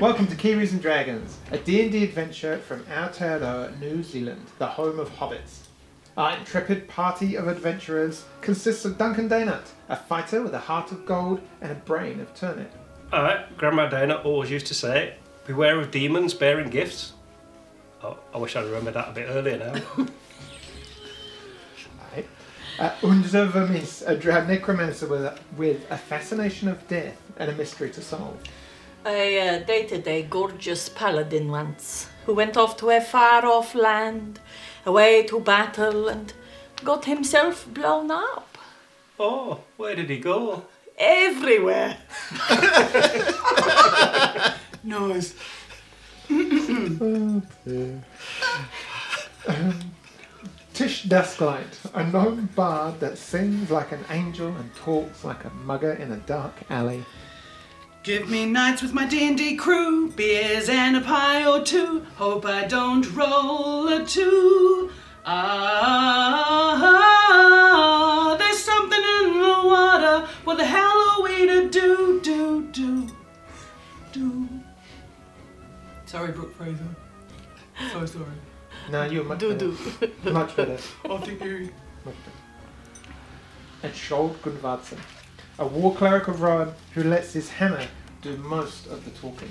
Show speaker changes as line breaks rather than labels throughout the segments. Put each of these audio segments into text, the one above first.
Welcome to Kiwis and Dragons, a D&D adventure from Aotearoa, New Zealand, the home of hobbits. Our intrepid party of adventurers consists of Duncan Daynut, a fighter with a heart of gold and a brain of turnip.
Uh, Grandma Dana always used to say, "Beware of demons bearing gifts." Oh, I wish I remembered that a bit earlier now.
Right. Uh, Unser Vermis, a drab necromancer with a, with a fascination of death and a mystery to solve.
A uh, day-to-day gorgeous paladin once, who went off to a far-off land, away to battle, and got himself blown up
oh, where did he go?
everywhere.
Nice.
Tish Dusklight, a gnome bard that sings like an angel and talks like a mugger in a dark alley.
Give me nights with my D&D crew, beers and a pie or two. Hope I don't roll a two. Ah, there's something in the water. What the hell are we to do, do, do, do? Sorry, Brooke Fraser. So sorry.
No, you're much
Do
better.
do.
Much better.
After you.
and Skjold Gunvardsen, a war cleric of Rohan who lets his hammer do most of the talking.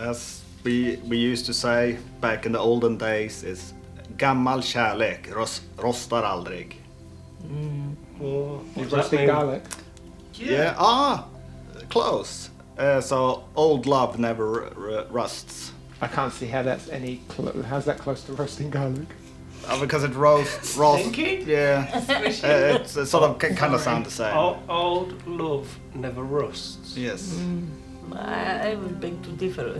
As we we used to say back in the olden days is gammal kärlek ros- rostar aldrig.
Oh, what does that
Rusty
mean?
garlic.
Yeah. Ah, close. Uh, so old love never r- r- rusts.
I can't see how that's any. Clo- how's that close to roasting garlic?
Uh, because it roasts. roast.
Stinky?
Yeah. Uh, it's, it sort of kind of sound the same.
Our old love never rusts.
Yes.
I, I would beg to differ.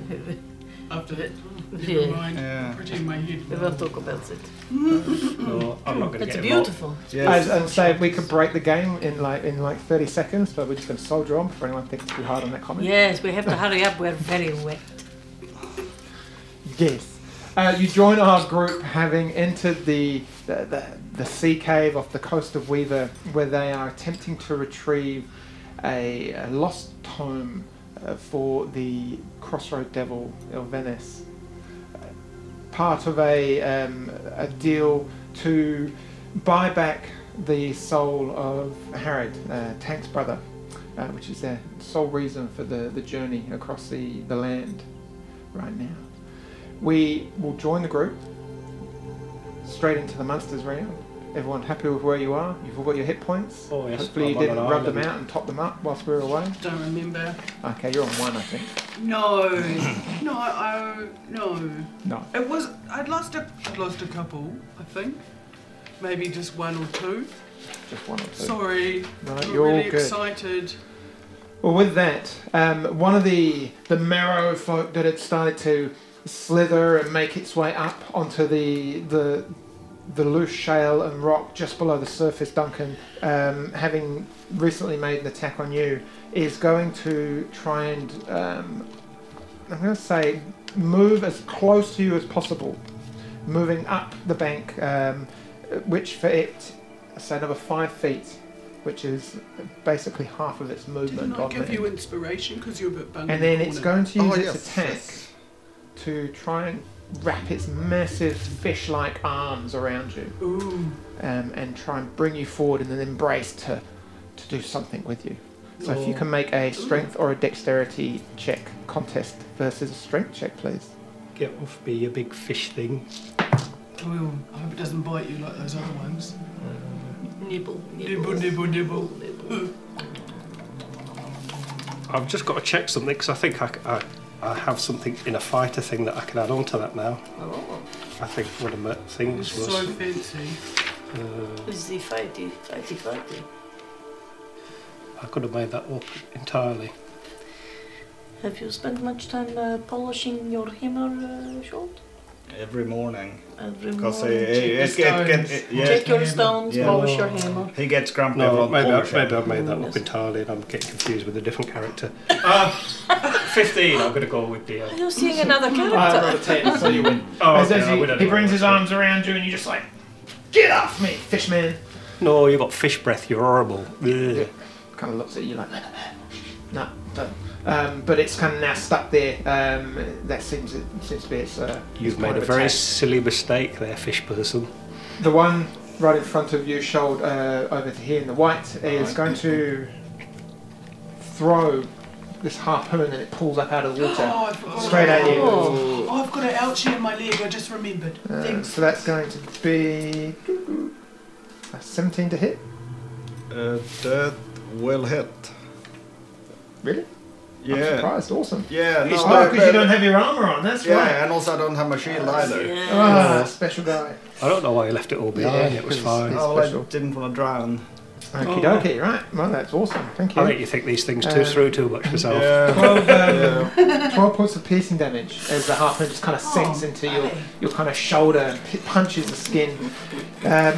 After that,
Yeah.
never mind.
Yeah.
Pretend my head.
we will talk about it.
No, Oh, I'm not going to
It's
get
beautiful.
Yes.
As- and so we could break the game in like in like 30 seconds, but we're just going to soldier on before anyone thinks too hard on that comment.
Yes, we have to hurry up. We're very wet.
Yes. Uh, you join our group having entered the, the, the, the sea cave off the coast of Weaver, where they are attempting to retrieve a, a lost tome uh, for the Crossroad Devil of Venice. Part of a, um, a deal to buy back the soul of Harrod, uh, Tank's brother, uh, which is their sole reason for the, the journey across the, the land right now. We will join the group straight into the monsters round. Everyone happy with where you are? You've all got your hit points.
Oh, yes.
Hopefully
I'm
you
on an
didn't rub them
island.
out and top them up whilst we were away.
Don't remember.
Okay, you're on one, I think.
No, no, I, no.
No.
It was. I'd lost a. I'd lost a couple. I think. Maybe just one or two.
Just one or two.
Sorry.
No,
I'm
you're
really
good.
excited.
Well, with that, um, one of the the marrow folk that had started to slither and make its way up onto the the the loose shale and rock just below the surface, Duncan, um, having recently made an attack on you, is going to try and um, I'm going to say move as close to you as possible, moving up the bank, um, which for it, say another five feet, which is basically half of its movement
Didn't I
on
give
there.
you inspiration because you're a bit bunged?
And then it's going to use
Oh,
its
yes,
attack
yes.
to try and wrap its massive fish like arms around you
Ooh.
um, and try and bring you forward in an embrace to, to do something with you. So if you
Oh.
can make a strength or a dexterity check contest versus a strength check, please.
Get off me, you big fish thing.
Well, I hope it doesn't bite you like those other ones.
Nibble,
Nibble, nibble,
nibble,
nibble.
nibble.
I've just got to check something because I think I, c- I- I have something in a fighter thing that I can add on to that now.
Oh,
I think one of my
it's
things was.
so fancy.
uh,
Oh, Is the fighty, fighty, fighty?
I could have made that up entirely.
Have you spent much time uh, polishing your hammer, uh, Sjold?
Every morning.
Every
Because uh,
morning, check-
it- stones.
yeah,
check your
hammer.
stones,
Yeah.
polish your hammer.
he gets grumpy
No,
about
maybe, I,
Polish.
maybe I've made that up entirely and I'm getting confused with a different character. Uh, 15, I'm going to go with the. Uh,
Are you seeing another
I
character?
rolled a 10, so you win.
oh,
As-
okay,
as
I
he,
would
he
anyway,
brings his
actually.
arms around you and you're just like, get off me, fish man.
No, you've got fish breath, you're horrible. Ugh.
kind of looks at you like, no, don't. Um, but it's kind of now stuck there. Um, that seems it seems to be its. Uh, its
You've
point
made a
of
very
attack.
silly mistake there, fish person.
The one right in front of you, shoulder uh, over to here in the white, is going to throw this harpoon and it pulls up out of the
Oh,
water.
I forgot
Straight at
about
you.
that. Oh, I've got an ouchie in my leg. I just remembered.
Uh,
Thanks.
so that's going to be a 17 to hit.
Uh, that will hit.
Really? I'm
Yeah.
surprised. Awesome.
Yeah, no,
Oh,
no,
because you
but-
don't have your armor on. That's
Yeah,
right.
and also I don't have my shield either.
Ah, special guy.
I don't know why you left it all behind.
Yeah,
it was
it's-
fine.
it's-
Oh, well,
special.
I didn't want to drown.
Okie dokie, right. Well, that's awesome. Thank you.
I think you think these things
Uh,
too through too much myself.
12, um,
yeah.
12 points of piercing damage as the harpoon just kind of sinks into your,
aye.
your kind of shoulder and p- punches the skin. Um,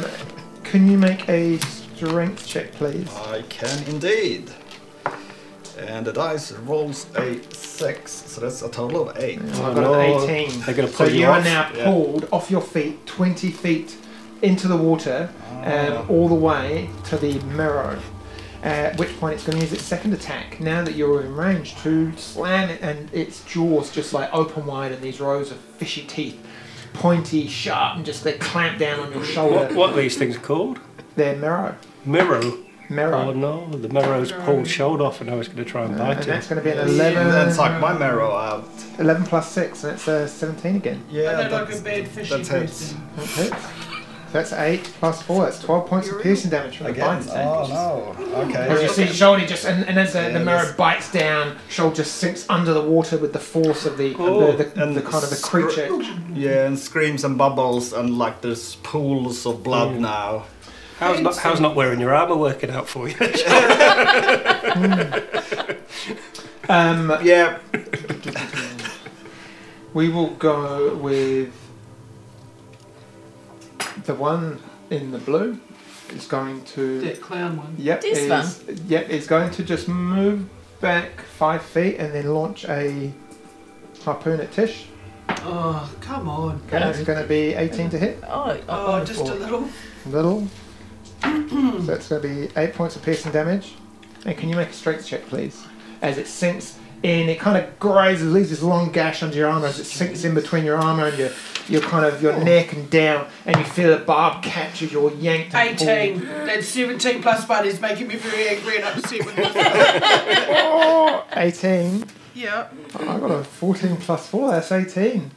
can you make a strength check, please?
I can indeed. And the dice rolls a six, so that's a total of eight.
Oh,
So I've got
no.
an 18.
They're gonna
so
pull you
you are
off,
now
yeah.
pulled off your feet 20 feet into the water
Ah.
um, all the way to the mirror. At which point it's going to use its second attack now that you're in range to slam it, and its jaws just like open wide, and these rows of fishy teeth, pointy, sharp, and just they clamp down on your shoulder.
What, what are these things called?
They're marrow.
Mirror. Oh
Marrow.
no, the mirror's pulled shoulder off, and I was going to try and
and
bite
that's
it.
going to be an
And then suck
11,
my marrow out.
11 plus 6, and that's a 17 again.
Yeah,
I don't like a
that's-
bad fishy
that hurts.
person.
That hits. That's eight plus four. That's twelve points of piercing damage from the
Again.
bite attack.
Oh no.
As you
Okay.
see, Sholdy just and, and as the, the
Yeah,
mirror
this-
bites down, Shoal just sinks under the water with the force of the
Oh,
the, the,
and
the kind of the
scr-
creature.
Yeah, and screams and bubbles and like there's pools of blood now.
How's not, how's not wearing your armour working out for you?
Um,
Yeah.
we will go with the one in the blue. Is going to
That clown one.
Yep.
This
is, Yep, is going to just move back five feet and then launch a harpoon at Tish.
Oh, come on.
Okay, that's going to be 18 to hit.
Oh,
Oh, just a little.
Little. so that's going to be eight points of piercing damage. And can you make a strength check, please? As it sinks in, it kind of grazes, leaves this long gash under your armor as it sinks in between your armor and your, your kind of your neck and down, and you feel the barb catches your yanked. and pulled.
18. That 17 plus one is making me very angry and upset with me.
Oh, 18.
yeah.
I got a 14 plus 4, that's 18.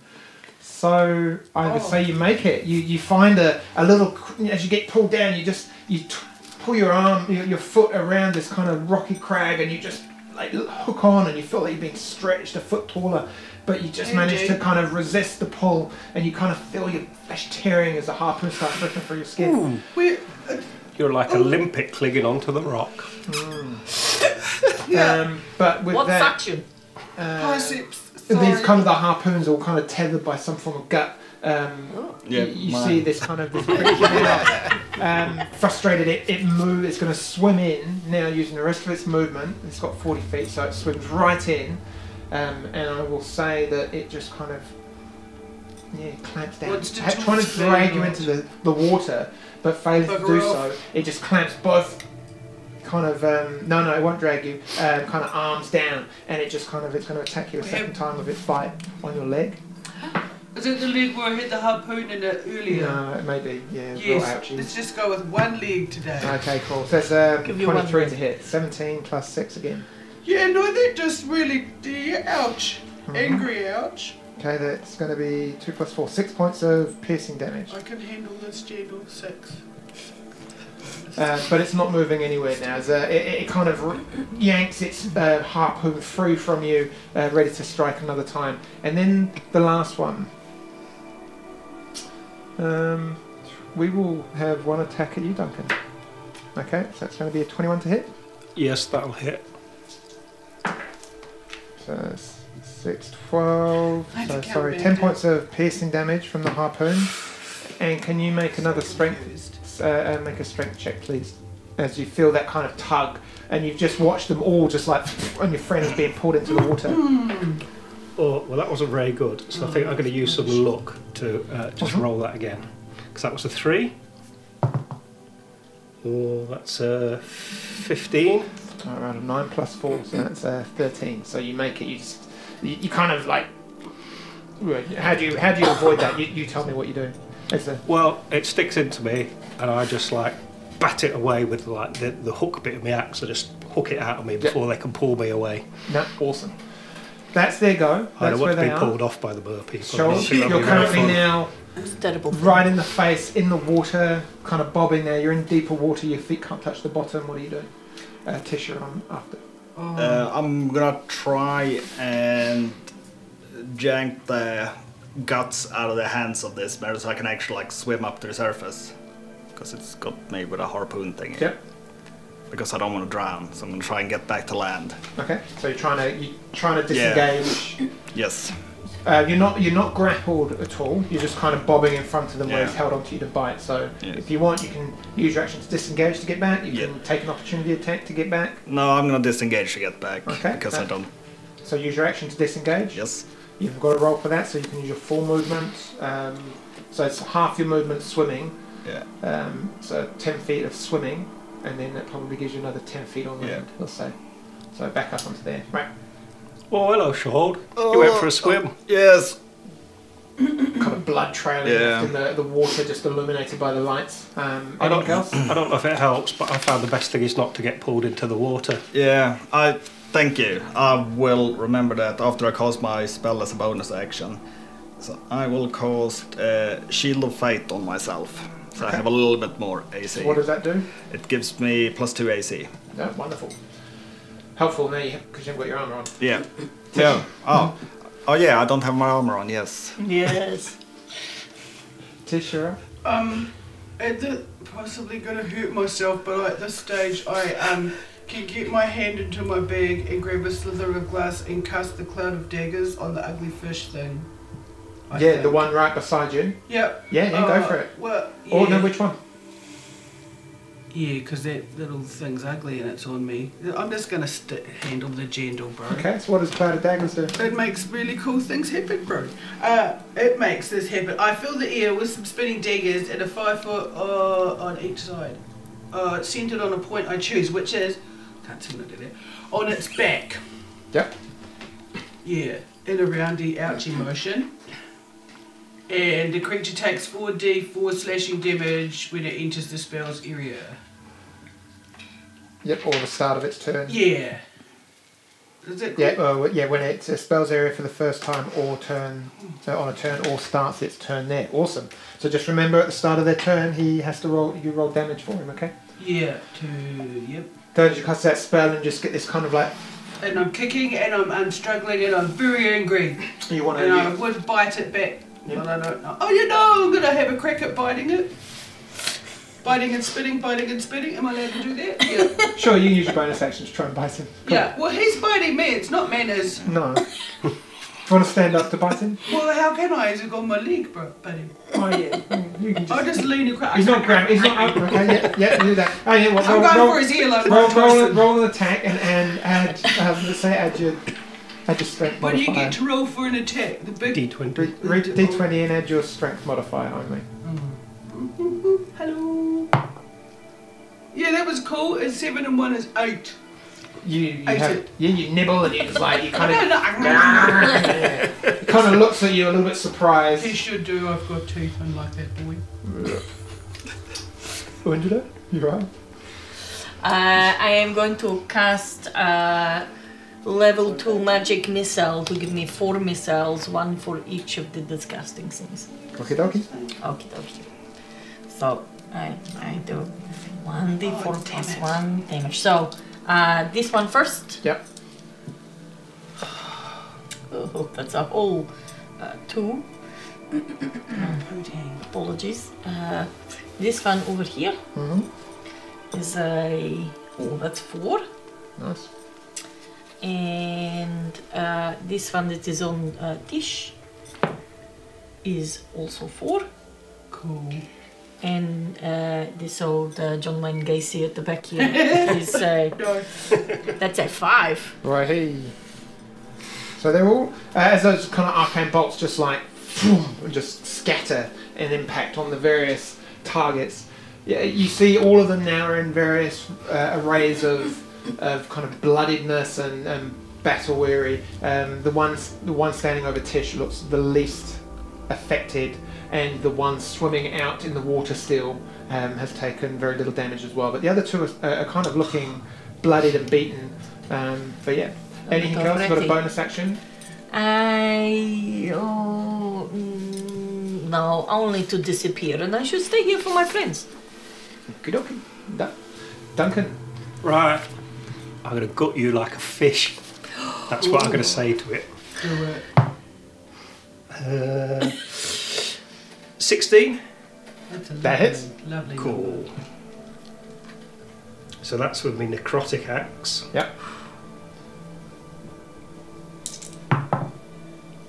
So I would
Oh.
say you make it. You, you find a, a little, cr- as you get pulled down, you just, you t- pull your arm, your, your foot around this kind of rocky crag and you just like hook on and you feel like you're being stretched a foot taller. But you just
Indeed.
manage to kind of resist the pull and you kind of feel your flesh tearing as the harpoon starts ripping through your skin.
We're,
You're like a limpet clinging onto the rock.
yeah.
Um, but with
What
that,
faction?
uh,
biceps.
these
Sorry.
kind of the harpoons are all kind of tethered by some form of gut. Um,
Oh.
Yeah.
you, you
mine.
see this kind of this creature now, um, frustrated it, it move it's going to swim in now using the rest of its movement it's got 40 feet so it swims right in um, and I will say that it just kind of yeah clamps down
Wants to
Ha- trying to
torch the
drag you
world.
into the, the water but fails to
Bugger
do
off.
so it just clamps both kind of um, no no it won't drag you um, kind of arms down and it just kind of it's going to attack you a
Yeah.
second time with its bite on your leg
Is it the leg where I hit the harpoon in it earlier?
no Uh, it may be yeah it's real
Yes.
ouchy.
Let's just go with one leg today.
Okay, cool. So it's um,
Give you one
23 to
minute.
hit. 17 plus 6 again.
Yeah, no, that just really. Yeah, ouch.
Mm-hmm.
Angry ouch.
Okay, that's going to be 2 plus 4. 6 points of piercing damage.
I can handle this Jadal 6.
Uh, but it's not moving anywhere now. So it, it it kind of r- yanks its uh, harpoon free from you, uh, ready to strike another time. And then the last one. Um, we will have one attack at you, Duncan. Okay, so that's going to be a 21 to hit.
Yes, that'll hit.
So that's 6, 12.
I had
So
to count
sorry,
back
10
down.
points of piercing damage from the harpoon. And can you make another strength
Confused.
uh, uh, make a strength check, please? As you feel that kind of tug, and you've just watched them all just like, and your friend is being pulled into the water.
Oh, well, that wasn't very good. So I think I'm going to use some luck to uh, just
Mhm.
roll that again. Because that was a three. Oh, that's a 15.
I rolled a nine plus four, so that's a thirteen. So you make it. You just you, you kind of like. right, How do you how do you avoid that? You, you tell me what you do. It's a
Well, it sticks into me, and I just like bat it away with like the, the hook bit of my axe. I just hook it out of me before they can pull me away.
no, awesome. That's their go.
I
That's
don't
where
want to
they
be
are.
pulled off by the burr people.
Shoal,
That'd be
you're
very
currently
fun.
now
It's terrible.
right in the face, in the water, kind of bobbing there. You're in deeper water. Your feet can't touch the bottom. What do you do? Uh, Tish, you're on after.
Uh, I'm gonna try and jank the guts out of the hands of this bear so I can actually like swim up to the surface. Because it's got me with a harpoon thingy.
Yep.
Because I don't want to drown, so I'm gonna try and get back to land.
Okay. So you're trying to you're trying to
Yeah.
disengage.
Yes.
Uh, you're not you're not grappled at all. You're just kind of bobbing in front of them where
Yeah.
he's held onto you to bite. So
Yeah.
if you want, you can use your action to disengage to get back. You
Yeah.
can take an opportunity attack to get back.
No, I'm gonna disengage to get back.
Okay,
Because I
that-
don't.
So use your action to disengage.
Yes.
You've got a roll for that, so you can use your full movement. Um, so it's half your movement swimming.
Yeah.
Um, so 10 feet of swimming, and then that probably gives you another 10 feet on
Yeah.
land, let's say. So back up onto there. Right,
Oh, hello, Shoal. you went for a swim.
Oh, Yes.
kind of blood trailing
Yeah.
in the, the water, just illuminated by the lights. Um,
I don't,
anything else?
I don't know if it helps, but I found the best thing is not to get pulled into the water.
Yeah. I. Thank you. I will remember that after I cast my spell as a bonus action. So I will cast uh, Shield of Fate on myself. So I have a little bit more AC.
What does that do?
It gives me plus two AC.
No, wonderful. Helpful now because you haven't got your armour on.
Yeah. Yeah. Oh. Oh yeah. I don't have my armor on. Yes.
Yes.
Tishira?
Um, it is possibly gonna hurt myself, but at this stage, I um can get my hand into my bag and grab a slither of glass and cast the cloud of daggers on the ugly fish thing. I
yeah, the
think.
one right beside you. Oh.
Yep.
Yeah, yeah, go
Uh,
for it.
Well, yeah.
Or no, which one?
Yeah, 'cause that little thing's ugly and it's on me. I'm just gonna st- handle the jandal, bro.
Okay, so what does Cloud of Daggers do?
It makes really cool things happen, bro. Uh, it makes this happen. I fill the air with some spinning daggers and a five foot uh, on each side, uh, centered on a point I choose, which is can't seem to do that on its back.
Yep.
Yeah, in a roundy ouchie motion. And the creature takes 4d4 slashing damage when it enters the spell's area.
Yep, or the start of its turn.
Yeah. Is it
Yeah, uh, yeah. When it uh, spells area for the first time, or turn, so on a turn, or starts its turn there. Awesome. So just remember, at the start of their turn, he has to roll. You roll damage for him, okay?
Yeah, two, yep.
So you cast that spell and just get this kind of like
And I'm kicking and I'm, I'm struggling and I'm very angry.
you want
And I
to.
would bite it back,
Yeah.
but I don't know. Oh, you know, I'm gonna have a crack at biting it. Biting and spitting, biting and spitting. Am I allowed to do that? Yeah.
Sure, you can use your bonus action to try and bite him. Cool.
yeah. Well, he's biting me. It's not manners.
No. Do you want to stand up to bite him?
Well, how can I? He's got my leg, bro, buddy.
Oh yeah. You can
I'll
just.
just lean across.
He's not grabbing. He's not up. Okay. Yeah. Yeah. Do that. Oh yeah. What?
I'm
roll,
going
roll,
for his earlobe.
roll,
like
roll,
Tyson.
roll an attack and, and add. Um, let's say add your. Add your strength
What do you
modifier.
get to roll for an attack? The big.
Re-
D20.
re- D20 and add your strength modifier only.
Hello. Yeah, that was cool. And seven and one is eight.
You, you
I
have
did.
you, you nibble and you just like you kind
No,
of
no,
He kind of looks at you a little bit
he
surprised.
should do. I've got teeth, unlike that boy.
When did it? You're right.
Uh, I am going to cast uh, level 2 magic missile to give me 4 missiles, one for each of the disgusting things.
Okay, dokie.
Okie dokie. So I, I do 1d4
Oh, damn
plus
it.
1 damage. So uh, this one first.
Yep.
Oh, that's a whole uh, 2. Apologies. Uh, this one over here
Mm-hmm.
is a. Oh, that's 4.
Nice.
And uh, this one that is on uh, Tish is also four.
Cool.
And uh, this old uh, John Wayne Gacy at the back here is uh,
No.
that's a five.
Right. Hey. So they're all uh, as those kind of arcane bolts just like phoom, and just scatter and impact on the various targets. Yeah, you see all of them now are in various uh, arrays of of kind of bloodedness and, and battle weary. Um, the one the one standing over Tish looks the least affected, and the one swimming out in the water still um, has taken very little damage as well. But the other two are, are kind of looking bloodied and beaten. Um, but yeah, anything
God,
else? Got a
Retty.
bonus action?
I. Oh, mm, no, only to disappear, and I should stay here for my friends.
Good Duncan.
Right. I'm going to gut you like a fish. That's what I'm going to say to it.
Do it.
Uh, 16.
That's a
That hits.
lovely- Lovely.
Cool. So that's with me necrotic axe.
Yep.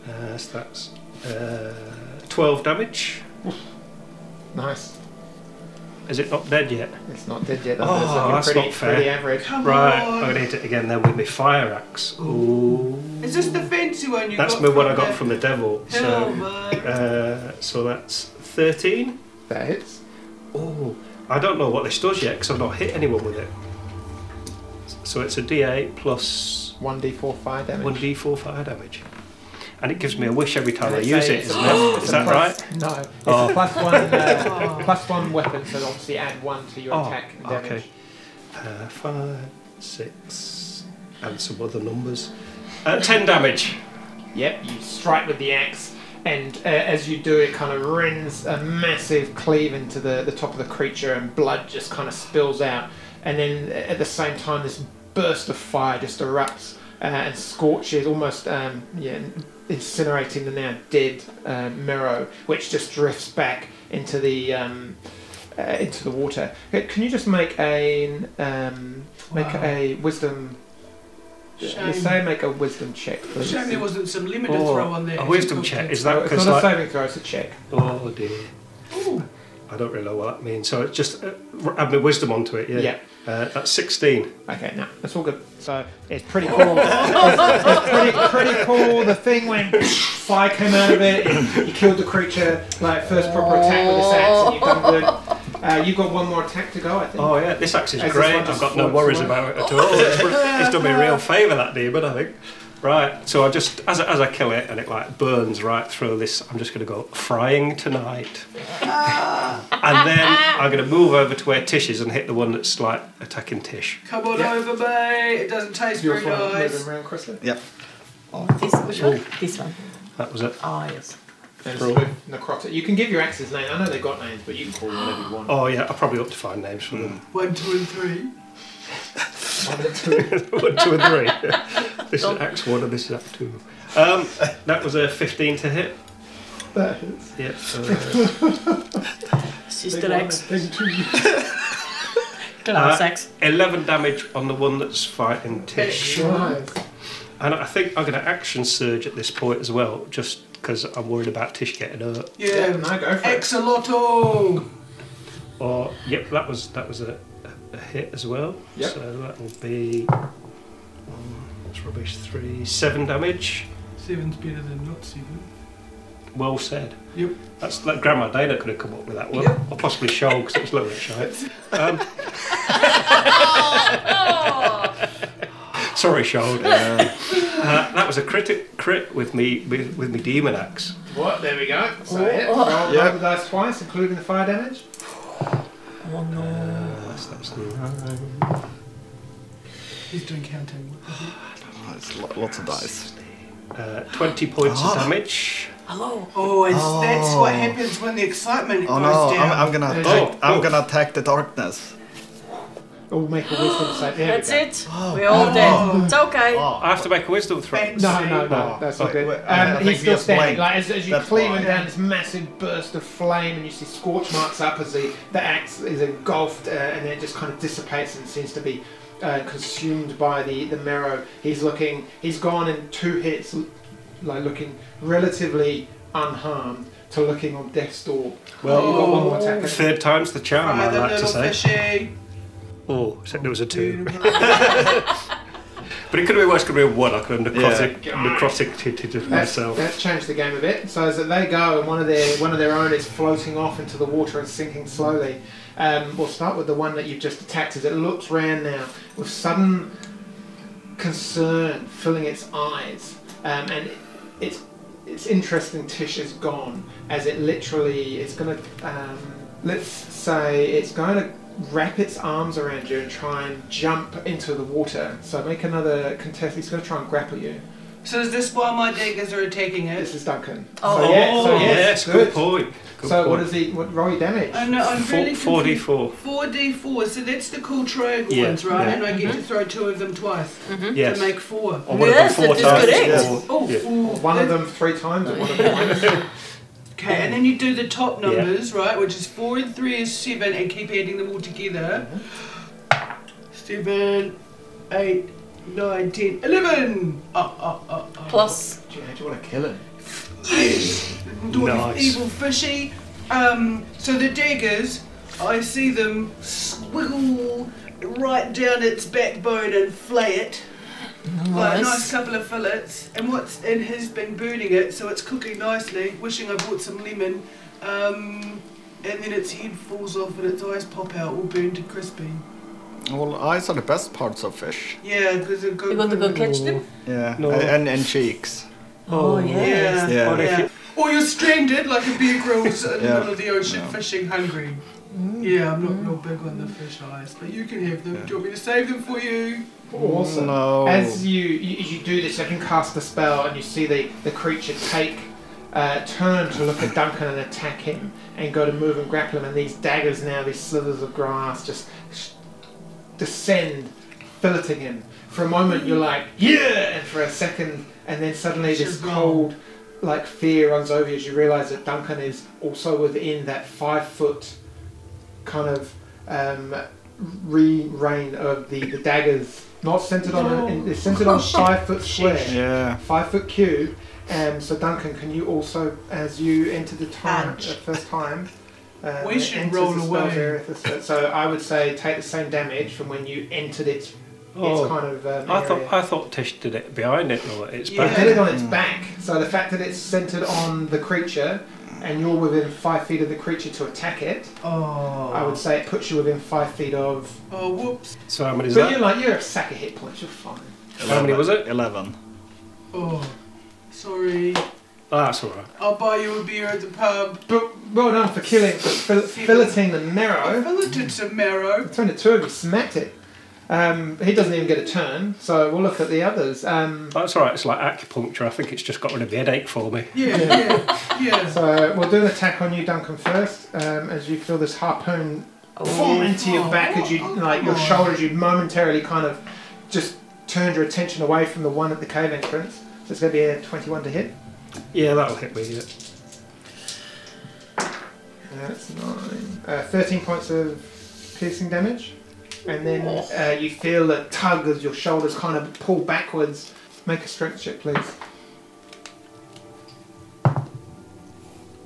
Uh, so that's uh, 12 damage.
Nice.
Is it not dead yet?
It's not dead yet. though,
Oh,
but it's looking pretty,
that's not fair.
pretty average.
Come
Right,
on.
I'm going to hit it again then with my fire axe. Ooh.
Is this the fancy one you
That's
got?
my one I got from the devil. So,
Silver.
uh, so that's 13.
That hits.
Oh, I don't know what this does yet because I've not hit anyone with it. So it's a d8 plus
1d4 fire damage.
1d4 fire damage. And it gives me a wish every time
And
I
it's
use
a-
it,
it's
isn't
a-
it?
it's
Is
a
that
plus-
right?
No. It's
Oh.
a plus one, uh,
Oh.
plus one weapon, so obviously add one to your
Oh,
attack and
okay.
damage.
Uh, five, six, and some other numbers. Uh, 10 damage.
Yep, you strike with the axe, and uh, as you do, it kind of rends a massive cleave into the, the top of the creature, and blood just kind of spills out. And then uh, at the same time, this burst of fire just erupts uh, and scorches, almost um, yeah, incinerating the now dead uh, Mero, which just drifts back into the um, uh, into the water. Uh, Can you just make a um, make
Wow.
a wisdom?
Shame.
Say make a wisdom check. please.
Shame there wasn't some limiter
Oh,
throw on there.
A wisdom check. Is that
No, it's
because,
not
like,
a saving throw, it's a check.
oh dear.
Ooh.
I don't really know what that means. So it's just uh, r- add my wisdom onto it, yeah.
Yeah.
Uh, that's 16.
Okay, no, that's all good. So it's pretty cool. it's, it's pretty, pretty cool. The thing went, fire came out of it. You killed the creature. Like first proper attack with this axe, and you've done good. Uh, you've got one more attack to go, I think.
Oh yeah, this axe is
Is this
great.
one
I've
just
got no
forward
worries
swipe?
about it at all. It's, it's done me a real favour that demon, I think. Right, so I just as I, as I kill it and it like burns right through this, I'm just going to go frying tonight, and then I'm going to move over to where Tish is and hit the one that's like attacking Tish.
Come on
Yeah.
over, mate. It doesn't taste
Do you
very
also want to move
nice.
him around, Crystal?
Yep.
This which one? This one.
That was it.
Oh, yes.
And
Cool.
with necrotic. You can give your axes name. I know they've got names, but you can call them whatever you want.
Oh yeah, I probably ought to find names for them.
One, two, and three.
one, two, and three. this is Axe One and this is Axe Two. Um, that was a 15 to hit.
That is.
Yeah. Uh,
Sister X.
Thing to you.
Uh,
Class X.
11 damage on the one that's fighting Tish.
Nice.
And I think I'm going to action surge at this point as well, just because I'm worried about Tish getting hurt.
Yeah,
Yeah.
no, go for it.
Exolotto.
Or yep, that was that was a, a hit as well.
Yep.
So that will be um, that's rubbish. Three seven damage.
Seven's better than not seven.
Well said.
Yep.
That's like Grandma Dana could have come up with that one,
Yep.
or possibly Shoal because it was lower shite. Um,
Oh.
sorry, Shoal. Uh, that was a crit crit with me with, with me demon axe.
What? There we go. So
Oh.
yeah, roll, roll
Yeah.
the dice twice, including the fire damage.
Oh, no.
Uh, that's, that's nine.
He's doing counting.
It's lo- lots of dice.
Uh, 20 points of damage.
Hello.
Oh, it's, that's
Oh.
what happens when the excitement
Oh
goes
no, I'm,
down.
I'm gonna
Yeah.
attack,
Oh,
I'm
oh.
gonna attack the darkness.
Oh, make a wisdom save. There we
That's
go. Oh,
it. We're all dead. It's okay.
Ah.
I have to make a wisdom throw.
Thanks.
No, no, no,
Oh,
that's not
wait,
good.
wait, I
um,
think
he's still
that's blank.
standing. Like as, as you
That's
clear him
blank.
down, this massive burst of flame, and you see scorch marks up as the, the axe is engulfed, uh, and then it just kind of dissipates and seems to be uh, consumed by the the marrow. He's looking. He's gone in two hits, l- like looking relatively unharmed to looking on death's door. Well, you've got one
oh.
more attack.
Third time's the charm,
By
I
the
like to
little
say.
fishy.
Oh, except there was a two.
Beautiful.
But it could have been worse. Could have been one. I could have necrotic,
Yeah.
necrotic
That's,
myself.
that's changed the game a bit. So as they go, and one of their one of their own is floating off into the water and sinking slowly. Um, we'll start with the one that you've just attacked. As it looks round now with sudden concern filling its eyes, um, and it's it's interesting. Tish is gone as it literally it's going to um, let's say it's going to wrap its arms around you and try and jump into the water. So make another contest. It's going to try and grapple you.
So is this while my daggers are taking it?
This is Duncan.
Oh.
so, yeah, so yes,
yes, good point. Good
so
point.
what is he? What roll your damage?
I know, I'm
Four-
really confused.
44.
4d4, so that's the cool triangle
Yeah,
ones, right?
yeah. Mm-hmm.
And I get to throw two of them twice
Yes.
to make four.
I would've done
Yes,
four
it is
times.
correct.
Yes.
Oh,
Yeah.
four.
One of them three times and one of them once.
Okay, and then you do the top numbers, right? Which is four and three is seven, and keep adding them all together. Seven, eight, nine, ten, eleven. Oh, oh, oh, oh.
Plus,
Do you, how do you want to kill him?
Naughty,
Nice.
evil fishy. Um, so the daggers, I see them swiggle right down its backbone and flay it. Like a nice couple of fillets. And what's in has been burning it, so it's cooking nicely. Wishing I bought some lemon. Um, and then its head falls off and its eyes pop out, all burned to crispy.
Well, eyes are the best parts of fish.
Yeah, because it
you got to go catch them.
Yeah.
No.
And, and cheeks.
Oh,
Yeah.
yes.
Yeah.
Or if
Yeah.
you-
Or you're stranded like a bear grills in the
Yeah.
middle of the ocean
Yeah.
fishing hungry. Yeah, I'm not real big on the fish eyes, but you can have them. Do you want me to save them for you?
Awesome.
No.
Oh.
As you, you you do this, you can cast a spell and you see the, the creature take uh, turn to look at Duncan and attack him and go to move and grapple him. And these daggers now, these slivers of grass, just sh- descend, filleting him. For a moment, you're like, yeah, and for a second, and then suddenly this
She's gone.
cold, like fear runs over you as you realise that Duncan is also within that five foot kind of um, re-reign of the, the daggers, not centered on a, it's centered on a five foot square,
Yeah.
five foot cube. Um, so Duncan, can you also, as you enter the time
Ouch.
the first time, uh,
We
it
should
enters
roll
the spell's
away.
area for- so- So I would say take the same damage from when you entered its, its
Oh.
kind of. Um,
I
area.
thought I thought Tish did it behind it or it's
Yeah.
It
back.
did it on its back. So the fact that it's centered on the creature, and you're within five feet of the creature to attack it,
Oh.
I would say it puts you within five feet of
Oh, whoops.
So how many is
but you're
that?
like you're a sack of hit points. You're fine.
How many was it?
Eleven.
Oh. Sorry.
Oh, that's all right.
I'll buy you a beer at the pub.
But well done for killing, for fill- filleting the
I
marrow.
filleted some marrow.
Between the two of you, smacked it. Um, he doesn't even get a turn. So we'll look at the others. Um,
That's all right. It's like acupuncture. I think it's just got rid of the headache for me.
Yeah, yeah, yeah.
so we'll do an attack on you, Duncan, first. Um, as you feel this harpoon form into your back, as you like your shoulders, you momentarily kind of just turned your attention away from the one at the cave entrance. So it's going to be a 21 to hit.
Yeah, that'll hit me. Yeah.
That's nine. Uh, 13 points of piercing damage. And then uh, you feel a tug as your shoulders kind of pull backwards. Make a strength check, please.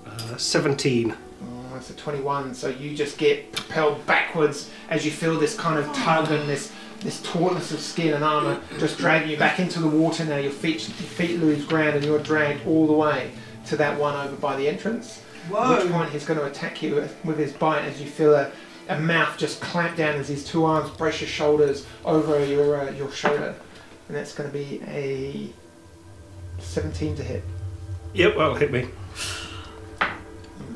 Uh, Seventeen.
Oh, that's a 21. So you just get propelled backwards as you feel this kind of tug and this this tautness of skin and armor just dragging you back into the water now. Your feet, your feet lose ground and you're dragged all the way to that one over by the entrance. At which
Whoa.
point he's going to attack you with his bite as you feel a, a mouth just clamp down as his two arms brace your shoulders over your uh, your shoulder, and that's going to be a 17 to hit.
Yep, that'll hit me.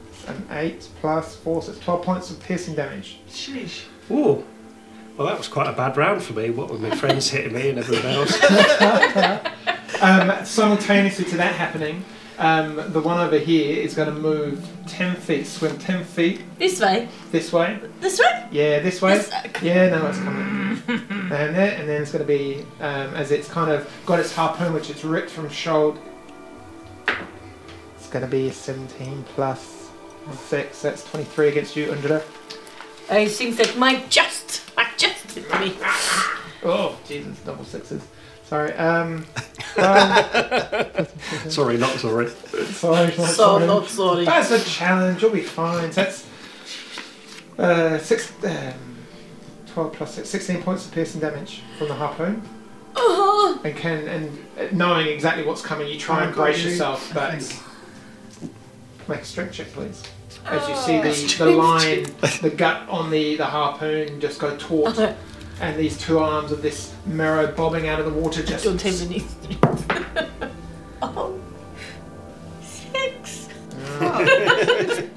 It's An eight plus four, so it's 12 points of piercing damage.
Sheesh.
Ooh. Well, that was quite a bad round for me. What with my friends hitting me and everyone else.
Um, simultaneously to that happening, um, the one over here is going to move 10 feet, swim 10 feet
This way.
this way.
This way?
Yeah, this way.
This-
Yeah, no, it's coming. and, there, and then it's going to be, um, as it's kind of got its harpoon, which it's ripped from shoulder. It's going to be 17 plus 6, that's 23 against you, Undra.
I think that might just, might just hit me.
Oh, Jesus, double sixes. Sorry, um, um,
sorry, not sorry.
sorry, Ah. not
So
sorry.
not sorry.
That's a challenge, you'll be fine. That's uh, six, um, 12 plus 6, 16 points of piercing damage from the harpoon.
Oh, Oh,
and can and uh, knowing exactly what's coming, you try and
I've got
brace
you,
yourself.
I
But
think.
make a strength check, please. As you see the, the
Strength
line, the gut on the, the harpoon just go taut,
Uh-huh.
and these two arms of this marrow bobbing out of the water just
don't have any oh. Six.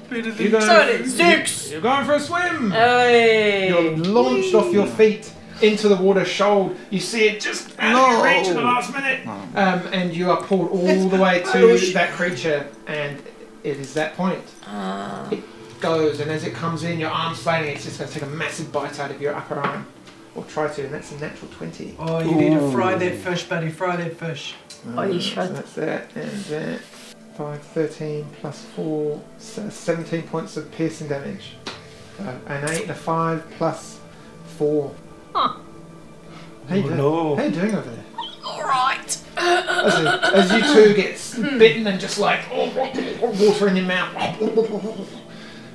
You're going,
Sorry, six.
You're going for a swim. Uh,
Uh,
You're
Hey.
launched off your feet into the water, shoaled. You see it just out of
No.
your reach at the last minute, um, and you are pulled all the way to that creature. And it is that point.
Ah.
It goes, and as it comes in, your arm's flailing. It's just going to take a massive bite out of your upper arm, or try to, and that's a natural twenty.
Oh, you need to fry that fish, buddy. Fry that fish.
Oh, you
Um, so
shot.
That's that, and that. 5, 13 plus 4, so 17 points of piercing damage. So an 8 and a 5 plus 4.
Huh.
How you
Oh,
doing?
no.
How you doing over there?
All right.
As, as you two get s- bitten and just like oh, water in your mouth.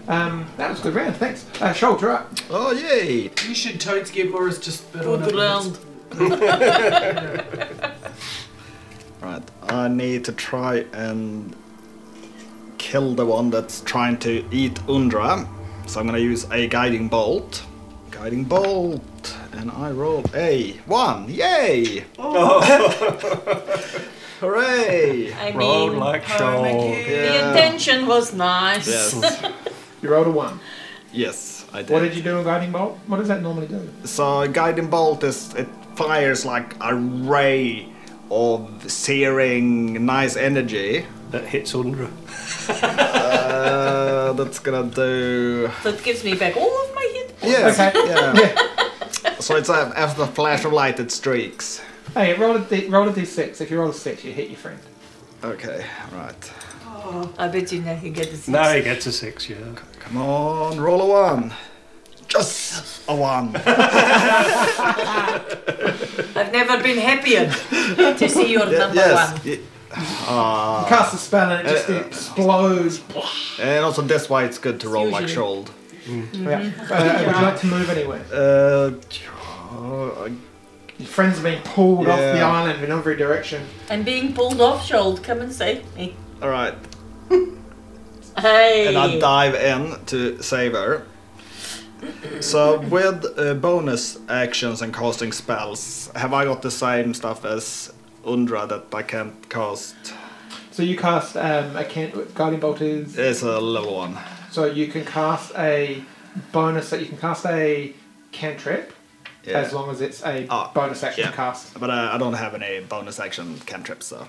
Um, that was a good round, thanks. Uh, shoulder up.
Oh, yay!
You should totes get Morris to spit on
Good
it.
round.
Right, I need to try and kill the one that's trying to eat Undra. So I'm gonna use a guiding bolt. Guiding bolt, and I roll a one. Yay! Hooray!
I
Road
mean,
like
Oh,
Shaw.
Mickey.
the
Yeah.
intention was nice.
Yes,
You rolled a 1.
yes, I did.
What did you do in Guiding Bolt? What does that normally do?
So guiding bolt is it fires like a ray of searing nice energy.
That hits Undra.
Uh, that's gonna do
That gives me back all of my hit.
yeah,
Okay.
yeah. So it's a, after the flash of light it streaks.
Hey, roll a, D, roll a d6. If you roll a 6, you hit your friend.
Okay, right.
I bet you now you get a six.
Now he gets a six, yeah.
Come on, roll a one. Just a one.
I've never been happier to see your number
yes.
one.
y-
Cast a spell and it just
Uh, Mm-hmm.
explodes.
And also that's why it's good to roll like
usually-
should.
Yeah. Uh, would you like to move anywhere?
Uh, oh,
Your friends are being pulled off the
Yeah.
island in every direction.
And being pulled off shoulder, come and save me.
all right.
Hey.
and I dive in to save her. So with uh, bonus actions and casting spells, have I got the same stuff as Undra that I can't cast?
So you cast um, a can- guiding bolt is
It's a level one.
so you can cast a bonus that you can cast a cantrip
Yeah.
as long as it's a
Oh,
bonus action
yeah.
cast.
But uh, I don't have any bonus action cantrips, so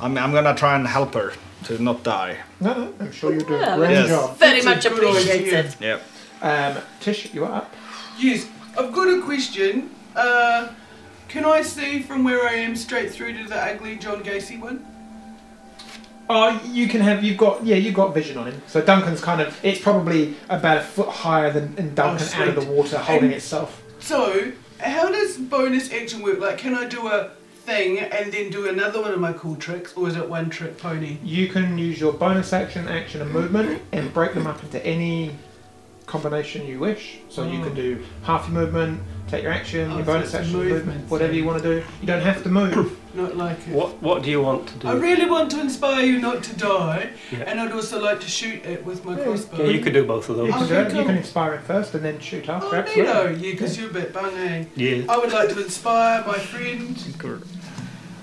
I'm, I'm gonna try and help her to not die.
No, no, I'm sure you'll do a
Well,
grand
Yes.
job.
Very
That's a
much
good
appreciated.
idea.
Yep.
Um, Tish, you are up.
Yes, I've got a question. Uh, can I see from where I am straight through to the ugly John Gacy one?
Oh, you can have. You've got. Yeah, you've got vision on him. So Duncan's kind of. It's probably about a foot higher than in Duncan out of the
sweet.
water, holding
And-
itself.
So, how does bonus action work? Like, can I do a thing and then do another one of my cool tricks, or is it one trick pony?
You can use your bonus action, action, and movement, and break them up into any combination you wish. So you can do half your movement, take your action,
Oh,
your
so
bonus
it's
action, your movement,
movement,
whatever you want to do. You don't have to move.
Not like it.
What What do you want to do?
I really want to inspire you not to die,
Yeah.
and I'd also like to shoot it with my
Yeah,
crossbow.
yeah, you could do both of
you,
those.
can
Okay,
do it. you
cool.
can inspire it first and then shoot
Oh,
after.
Nino,
absolutely.
yeah, because you're a bit bung, eh?
Yeah.
I would like to inspire my friend.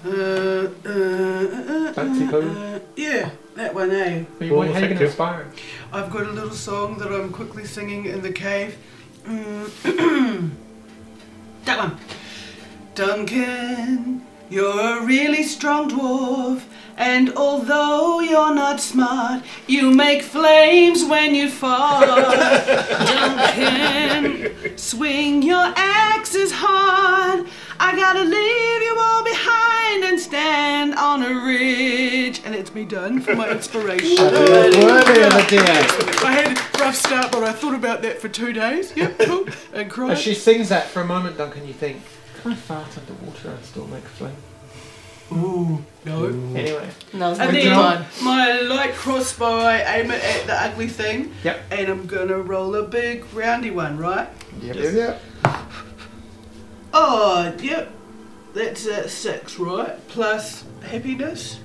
Uh, uh, uh,
Fancy
uh,
colour?
uh, yeah, that one, eh?
But you,
Well,
how are you going
effective.
to inspire him?
I've got a little song that I'm quickly singing in the cave. Mm. that one. Duncan, you're a really strong dwarf, and although you're not smart, you make flames when you fart. Duncan, swing your axes hard. I gotta leave you all behind and stand on a ridge. And it's me done for my inspiration.
Worthy of a dear.
I had a rough start, but I thought about that for two days. Yep, cool. And cried.
As she sings that for a moment, Duncan, you think, can I fart underwater and still make a flame?
Ooh, no.
Anyway,
No,
And
Good
then
job.
my light crossbow, I aim it at the ugly thing,
yep.
and I'm gonna roll a big roundy one, right?
Yep, yep, yep.
Oh, yep. That's uh, six, right? Plus happiness.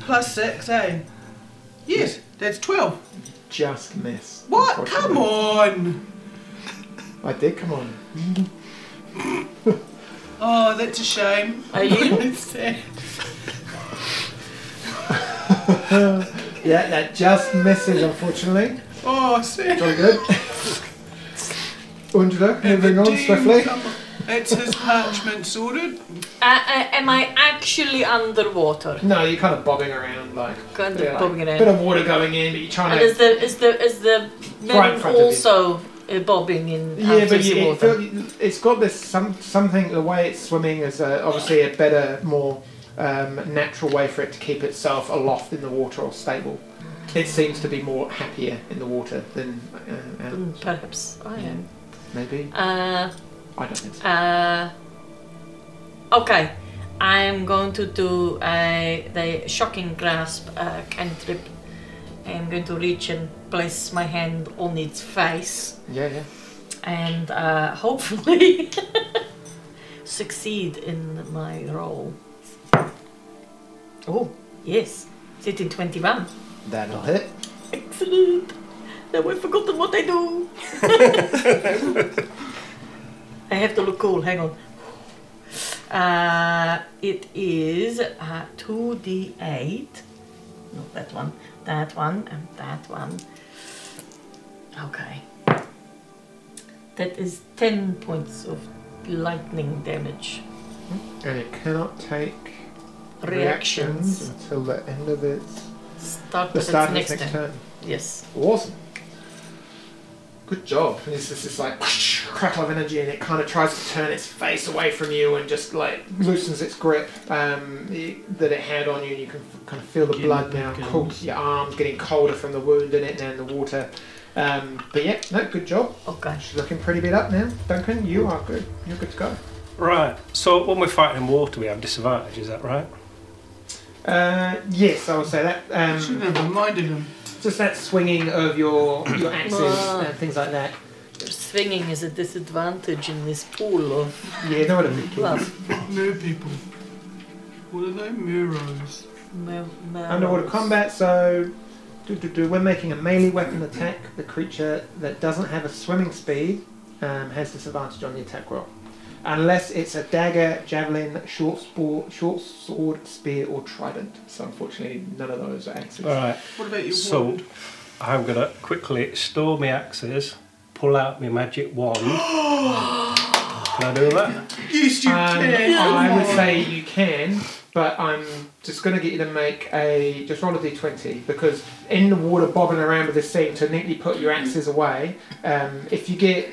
Plus six, eh? Yes, that's twelve.
Just miss.
What?
unfortunately.
Come on!
I did come on.
Oh, that's a shame.
Are you?
It's sad.
Yeah, that just misses, unfortunately.
Oh, sad.
Very good. Undra, moving on
Redeem
swiftly.
number- That's his parchment sorted.
Uh, uh, am I actually underwater?
No, you're kind of bobbing around like.
Kind
yeah,
of bobbing
like,
around.
Bit of water going in, but you're trying
And
to.
is the is the is the men
Right in front of you.
also uh, bobbing in out
Yeah,
of
but
the
you, it
water?
feel- it's got this some something. The way it's swimming is uh, obviously a better, more um, natural way for it to keep itself aloft in the water or stable. It seems to be more happier in the water than uh,
Hmm,
out,
Perhaps I am.
maybe.
Uh,
I don't know.
uh, okay, I am going to do a the shocking grasp uh, cantrip. I am going to reach and place my hand on its face
Yeah, yeah.
and uh, hopefully succeed in my role. Oh yes, sit in twenty one.
That'll hit.
Excellent. Now I've forgotten what I do. I have to look cool. Hang on. Uh, it is uh, 2d8. Not that one. That one and that one. Okay. That is 10 points of lightning damage.
And it cannot take reactions,
Reactions.
until the end of its
Start
the
with its
start of
next,
its next
turn.
turn.
Yes.
Awesome. Good job. And it's just this like crackle of energy, and it kind of tries to turn its face away from you and just like loosens its grip um, i- that it had on you. And you can f- kind of feel the
Getting
blood
back
now
in.
cool to your arms, getting colder from the wound in it and in the water. Um, but yeah, no, good job.
Okay.
She's looking pretty beat up now. Duncan, you are good. You're good to go.
Right. So when we're fighting in water, we have disadvantage. Is that right?
Uh, yes, I would say that.
Should
Um,
have reminded him.
just that swinging of your your axes
Ah.
and things like that.
Swinging is a disadvantage in this pool of
Yeah, no, what I mean.
blood.
Mer people. What are they? Muros.
Mo- mo-
Underwater combat, so do, do, do, when making a melee weapon attack, the creature that doesn't have a swimming speed um, has disadvantage on the attack roll. Unless it's a dagger, javelin, short, spore, short sword, spear, or trident. So unfortunately, none of those are axes.
All right.
What about your
So
wand?
I'm gonna quickly store my axes, pull out my magic wand. Can I do that?
Yes, you
Um,
can.
I
Come
would
on.
say you can, but I'm just going to get you to make a just roll a d20 because in the water bobbing around with this thing to neatly put your axes away. Um, if you get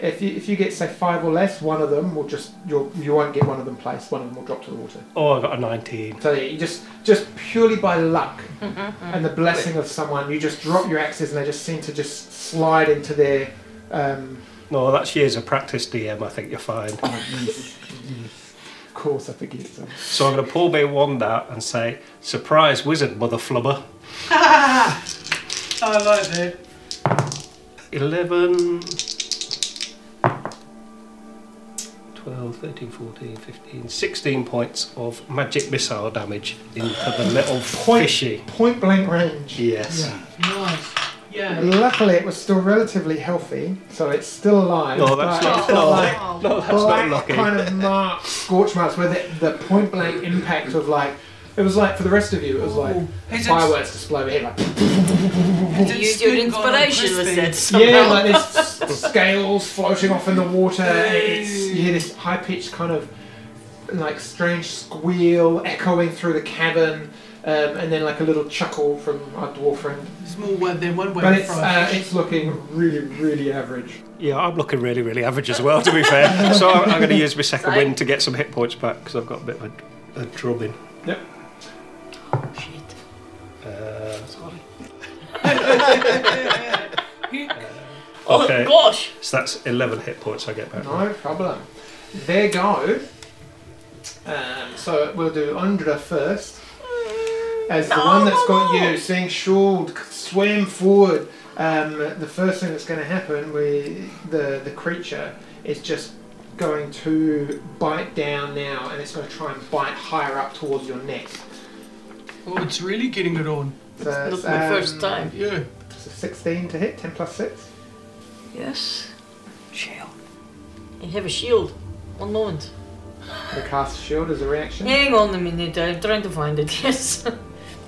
if you, if you get say five or less, one of them will just you'll, you won't get one of them placed. One of them will drop to the water.
Oh, I got a 19.
So yeah, you just just purely by luck and the blessing of someone, you just drop your axes and they just seem to just slide into their. Um,
No, that's years of practice, DM. I think you're fine.
of course, I forget. So.
So I'm gonna pull my wand out and say, "Surprise, wizard, mother flubber."
I like that.
11 12 13 14 15 16 points of magic missile damage into the little
Point-
fishy
Point blank range.
yes
Nice. Yeah.
Luckily, it was still relatively healthy, so it's still alive.
no Oh, that's
but
not
it's got
no,
Oh, like
Oh,
no that's
black
not lucky
kind of marks, scorch marks, where the, the point blank impact of like it was like for the rest of you, it was like
Has it-
fireworks display overhead, like
has
You
it
used your
still gone on
inspiration with
crispy?
that.
yeah,
somehow.
like there's s- scales floating off in the water. and It's, you hear this high pitched kind of like strange squeal echoing through the cavern. Um, and then like a little chuckle from our dwarf friend,
Small one, then one way
but it's
from.
uh, it's looking really really average.
yeah i'm looking really really average as well to be fair so i'm, I'm going to use my second win to get some hit points back because i've got a bit of a, a drubbing
Shit.
uh,
Sorry.
okay
Oh gosh.
so that's 11 hit points i get back
No problem. There go. Um, so we'll do Undra first. As the
No,
one that's got
no, no.
you, seeing Shuld swim forward, um, the first thing that's going to happen with the, the creature is just going to bite down now, and it's going to try and bite higher up towards your neck.
Oh, it's really getting it on.
So
Not
it's,
my first
um,
time.
Yeah.
it's a 16 to hit, 10 plus 6.
Yes. Shield. I have a shield. One moment.
The cast shield is a reaction.
Hang on a minute, I'm trying to find it, yes.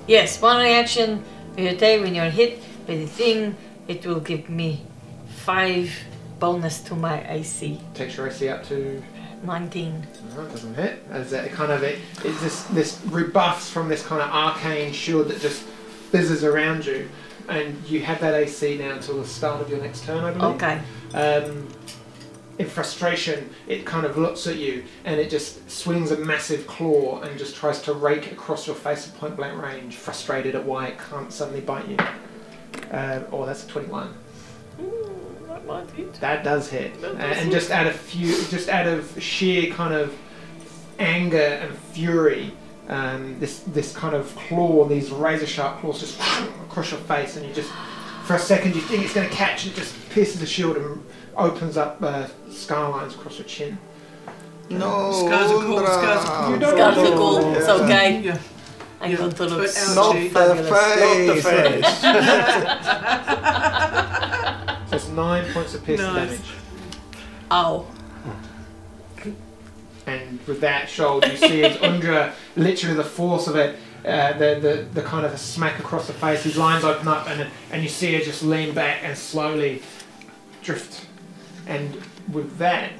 yes, one reaction you take when you're hit by the thing, it will give me five bonus to my AC.
Takes your AC up to
Nineteen.
No, it doesn't hit. As it kind of it, it's this this rebuffs from this kind of arcane shield that just fizzes around you, and you have that AC now until the start of your next turn, I believe.
Okay.
Um, in frustration, it kind of looks at you and it just swings a massive claw and just tries to rake across your face at point blank range, frustrated at why it can't suddenly bite you. Uh, oh, that's a 21.
Mm, that might hit.
That does hit,
That
Uh,
does
and
hit.
just out of few, just out of sheer kind of anger and fury, um, this this kind of claw, these razor sharp claws, just across your face, and you just for a second you think it's going to catch, and it just pierces the shield and opens up uh, scar lines across your chin.
No.
Scars are cool, scars are cool.
You don't
Scar's
know.
a goal.
Oh,
It's okay.
Yeah.
I'm
Yeah.
going to look
But
so
um,
out-
Not
fabulous.
the
Not the
face.
face.
So it's nine points of piercing
Nice.
damage,
Ow.
and with that shield, you see as Undra literally the force of it. Uh, the, the the kind of a smack across the face. His lines open up, and and you see her just lean back and slowly drift. And with that,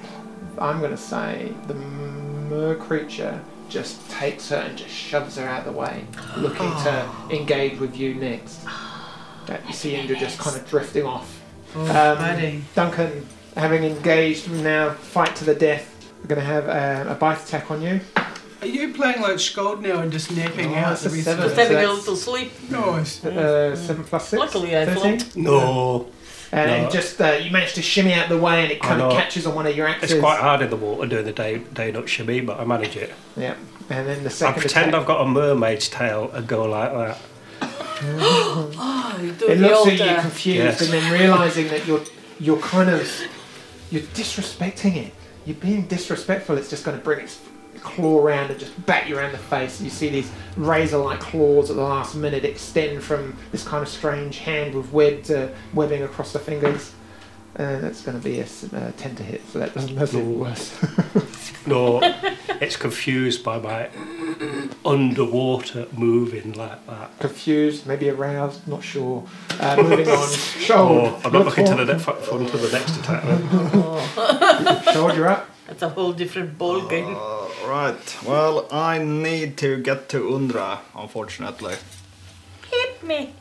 I'm going to say the mer creature just takes her and just shoves her out of the way, looking to engage with you next. That you see Indra just kind of drifting off.
Oh,
Um,
buddy.
Duncan, having engaged now, fight to the death. We're going to have um, a bite attack on you.
Are you playing like Scold now and just napping
Oh,
out
that's
the
a
rest
seven.
of
Just
it?
having a
that's-
little sleep.
Nice.
Uh, seven plus six.
Mm-hmm. Luckily I
13.
flopped.
No,
And it
No.
just uh, you manage to shimmy out the way, and it
I
kind of
know.
catches on one of your axes.
it's quite hard in the water doing the day day nut shimmy, but I manage it.
Yeah. And then the
I
second
pretend
attack.
I've got a mermaid's tail and go like that.
Oh, you do
It
the
looks
old,
at you
uh,
confused,
Yes.
and then realizing that you're you're kind of you're disrespecting it. You're being disrespectful. It's just going to bring its claw around and just bat you around the face. You see these razor-like claws at the last minute extend from this kind of strange hand with webbed uh, webbing across the fingers. And that's going to be a s- uh, ten to hit, so that doesn't that's even worse.
No, it's confused by my underwater moving like that.
Confused, maybe aroused, not sure. Uh, moving on. Shoal.
Oh, I'm not looking to
you're
the next front to the next attack. then.
tall. Shoal, you're up.
that's a whole different ball game.
Alright, well, I need to get to Undra, unfortunately.
Hit me.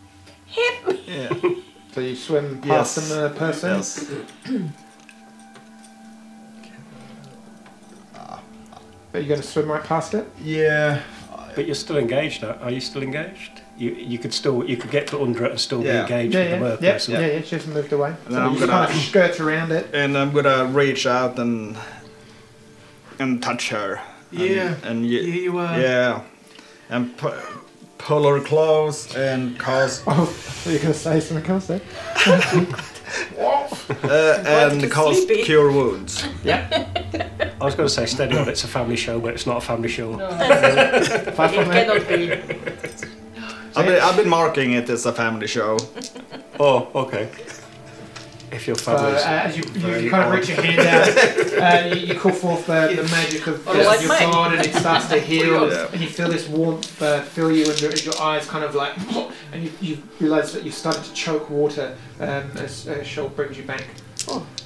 Hit me.
Yeah.
So you swim past
Yes.
the person.
yes.
Are you going to swim right past it?
Yeah.
But you're still engaged. Are are you still engaged? You you could still you could get to under it and still
Yeah.
be engaged with the
Yeah, yeah,
mer
yeah,
person.
yeah, yeah. She hasn't moved away.
And
So
then I'm
you just
gonna-
kind of skirt around it.
And I'm gonna reach out and and touch her. And-
Yeah.
And
Yeah,
you,
you are.
Yeah. And pu- pull her close and cause
Oh, are you going to say something else then?
uh, and
get
cause
sleepy.
cure wounds.
I was going to say steady on. It's a family show, but it's not a family show.
Five
It
from there.
cannot be.
I've been, I've been marking it as a family show.
Oh, okay. If your
So,
family's
uh, as you, you
Very
kind of
odd.
reach your hand out, uh, you, you call forth the, the magic of
Or like
your
mine.
sword, and it starts to heal,
Yeah.
and you feel this warmth uh, fill you, and your, your eyes kind of like, and you, you realise that you started to choke water um, as uh, Shoal brings you back.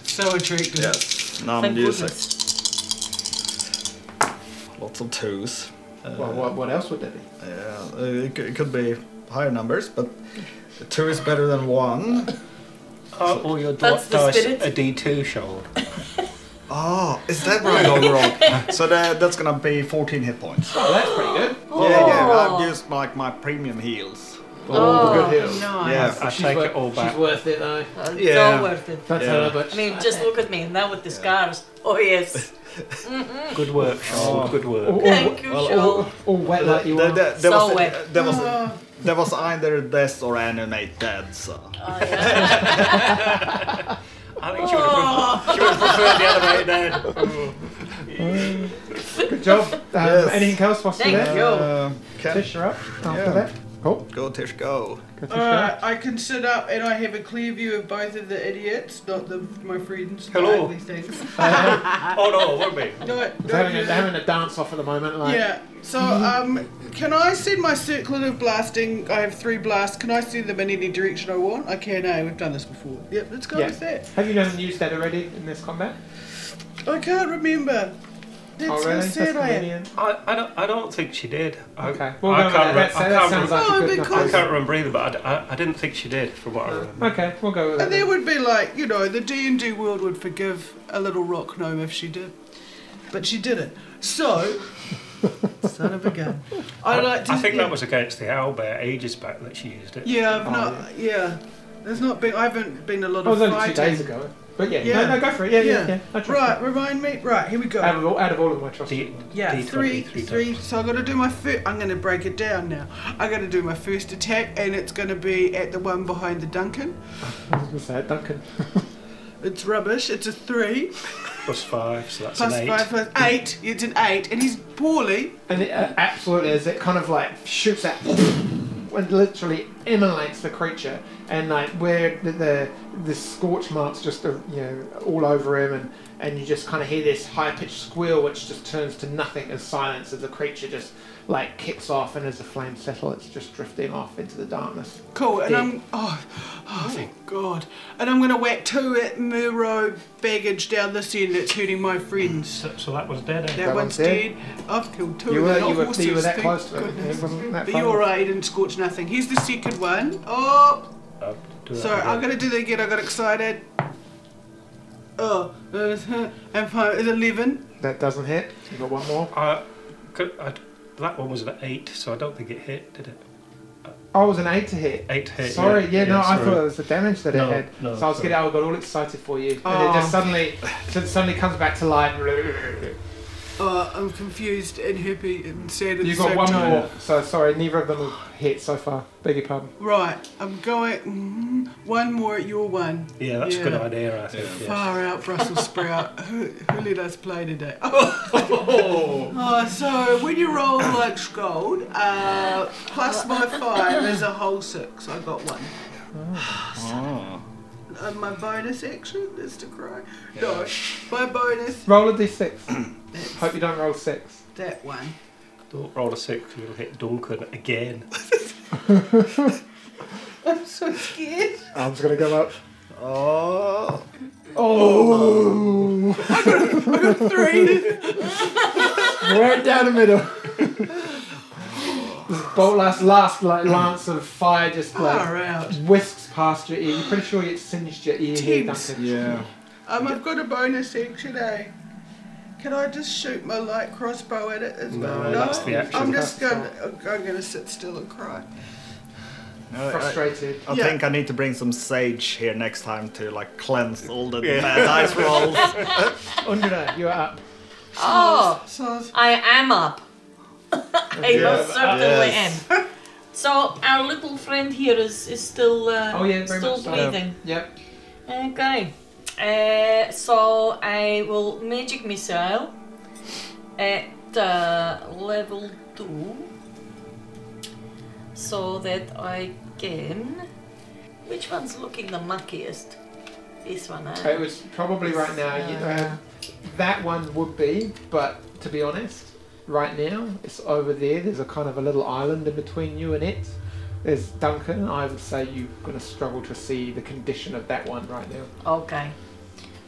So attractive.
Yes. Now I'm
Thank
using
goodness.
lots of twos. Uh,
well, what, what else would there be?
Yeah, uh, it, c- it could be higher numbers, but two is better than one.
uh,
oh, all your
That's
dwarf
the
dice
spirit.
a D two show.
Oh, is that where I'm going wrong? So that, that's gonna be 14 hit points.
Oh, that's pretty good.
Yeah, yeah,
Oh.
I've used like my premium heals.
All the good heals.
Nice.
Yeah.
I
She's
take
wor-
it all back.
She's worth it though.
Uh, It's
Yeah.
all worth it.
That's
Yeah.
how much.
I mean, just look at me now with the scars. Oh yes.
Good work, Oh. Sean. Good work.
All- all-
Thank you,
well,
Joel.
all wet like you
There-
are.
there- there was-
So wet.
there was there was either death or animate dead. So
Oh, yeah.
I think she would have preferred, she would have preferred the other way then.
Good job. Um,
Yes.
Anything else whilst
Thank
you're there?
you.
Um, okay.
Tish, you're up after
Yeah.
that. Cool.
Go, Tish, go.
Good, Tish, you're up.
Uh, I can sit up and I have a clear view of both of the idiots, not the, my friends.
Hello.
These things.
Oh no, won't be.
No,
They're having, a, they're having a dance off at the moment. Like,
Yeah. So, um, can I send my circlet of blasting? I have three blasts. Can I send them in any direction I want? I can. Eh? We've done this before. Yep. Let's go
Yeah.
with that.
Have you not used that already in this combat?
I can't remember. That's
oh,
how
really?
sad I am.
convenient.
I, I, don't, I don't think she did. I,
Okay.
well,
Well,
I,
no,
can't re-
that, that,
I,
that
can't
sounds
re-
like
Oh,
a good
because-
enough
I
reason.
can't remember either, but I, I, I didn't think she did, from what I remember.
Okay, we'll go with that.
And there would be like, you know, the D and D world would forgive a little rock gnome if she did, but she didn't. So, son of a gun. I like to.
I think
yeah.
that was against the owlbear ages back that she used it.
Yeah, I've
Oh,
not. Yeah. There's not been. I haven't been a lot
That was
of
only two
fighting.
days ago. But yeah,
Yeah.
No, no, go for it. Yeah, yeah,
Yeah.
yeah. I trust
Right, remind me. Right, here we
you.
go.
Out of all, out of all of my trust.
D,
Yeah,
D20,
three,
three times.
three. So I'm gonna do my first. I'm gonna break it down now. I'm gonna do my first attack, and it's gonna be at the one behind the Duncan.
I was going to say, Duncan.
It's rubbish. It's a three
Plus five, so that's
plus
an eight.
five plus eight. It's an eight, and he's poorly.
And it uh, absolutely is. It kind of like shoots out and literally emulates the creature, and like where the the, the scorch marks just uh, you know all over him, and and you just kind of hear this high pitched squeal, which just turns to nothing as silence as the creature just like kicks off, and as the flames settle, it's just drifting off into the darkness.
Cool. And
Dead.
I'm oh, oh thank God. And I'm gonna whack two at Muro baggage down this end. That's hurting my friends.
So, so that was dead.
That,
That
eh?
one's
one's
dead.
dead.
I've killed two.
You
of
were
them,
you
not
were,
horses,
you were that
thank
close to it.
goodness.
It wasn't that
But
far.
you're right, didn't scorch nothing. Here's the second one. Oh,
Uh, do that
So
again.
I'm gonna do that again. I got excited. Oh, uh, and five is eleven.
That doesn't hit. You got one more.
Uh, could, I, that one was an eight, so I don't think it hit, did it?
Oh, it was an eight to hit.
Eight hit.
Sorry, yeah, no, I
sorry.
thought it was the damage that
No,
it had.
no,
so I was
sorry.
getting, I got all excited for you, and
Oh.
it just suddenly, so it suddenly comes back to life.
Oh, I'm confused and happy and sad at
You
the
got
same
one
time.
more. So sorry, neither of them have hit so far. Beg your pardon.
Right, I'm going mm, one more at your one.
Yeah, that's a good
Yeah.
idea, I think. Yeah.
Far out, Brussels sprout. who, who let us play today? Oh. so when you roll like scold, uh, plus my five is a whole six. I got one.
Oh.
Uh, my bonus action is to cry. No, my bonus
Roll a d6. Hope you don't roll six.
that one.
Don't roll a six, 'cause you'll hit Duncan again.
I'm so scared.
Arm's gonna go up.
Oh.
Oh,
Three.
right down the middle. this bolt last last like lance of fire just
Far
like
out.
whisks past your ear. You're pretty sure it singed your ear here,
Teams.
Duncan.
Yeah.
Um, I've got a bonus action, eh? Can I just shoot my light crossbow at it as well?
No, that's the action.
I'm just
That's
gonna. I'm gonna sit still and cry.
No, I,
Frustrated.
I
Yeah.
think I need to bring some sage here next time to like cleanse all the
Yeah.
bad dice rolls.
Undra, you're up.
Oh,
So
I am up. I
Yeah,
most certainly
yes.
am. So our little friend here is, is still uh,
Oh yeah, very
still
much so.
breathing.
Yep.
Okay. Uh, so I will magic missile at uh, level 2 so that I can. Which one's looking the muckiest? This one, eh?
It was probably right now. You, uh, that one would be, but to be honest, right now it's over there. There's a kind of a little island in between you and it. There's Duncan. I would say you're going to struggle to see the condition of that one right now.
Okay.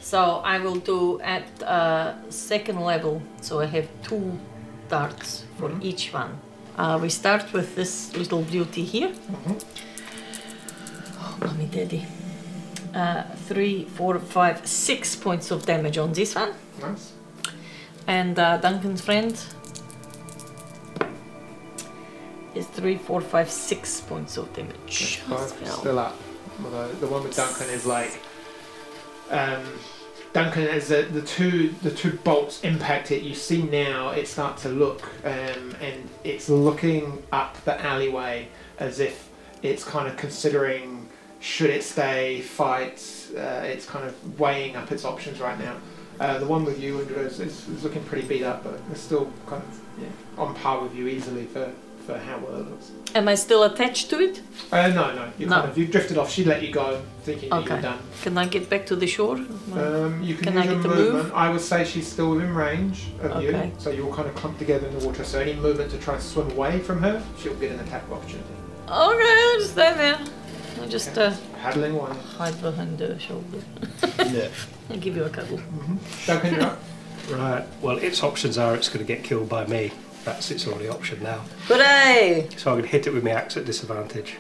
So I will do at uh, second level. So I have two darts for
Hmm?
each one. Uh, we start with this little beauty here. Oh, mommy, daddy. Uh, three, four, five, six points of damage on this one.
Nice.
And uh, Duncan's friend is three, four, five, six points of damage.
Five
as well.
still up. Although the one with Duncan is like, um, Duncan is the, the two the two bolts impact it. You see now it start to look, um, and it's looking up the alleyway as if it's kind of considering should it stay, fight. Uh, it's kind of weighing up its options right now. Uh, the one with you, Indra, is, is, is looking pretty beat up, but it's still kind of yeah, on par with you easily for, for how well it looks.
Am I still attached to it?
Uh, no, no, you
No.
kind of you drifted off. She let you go, thinking that
Okay.
you're done.
Can I get back to the shore?
Um, you can,
Can
use
I
your
get to move?
movement. I would say she's still within range of
Okay.
you, so you're all kind of clumped together in the water. So any movement to try and swim away from her, she'll get an attack of opportunity.
Okay, I'll stay there. I'll just uh,
Paddling one.
hide behind the shoulder.
Yeah.
I'll give you a cuddle.
Duncan, you're up.
Right. Well, its options are it's going to get killed by me. That's its only option now.
Hooray!
So I'm going to hit it with my axe at disadvantage.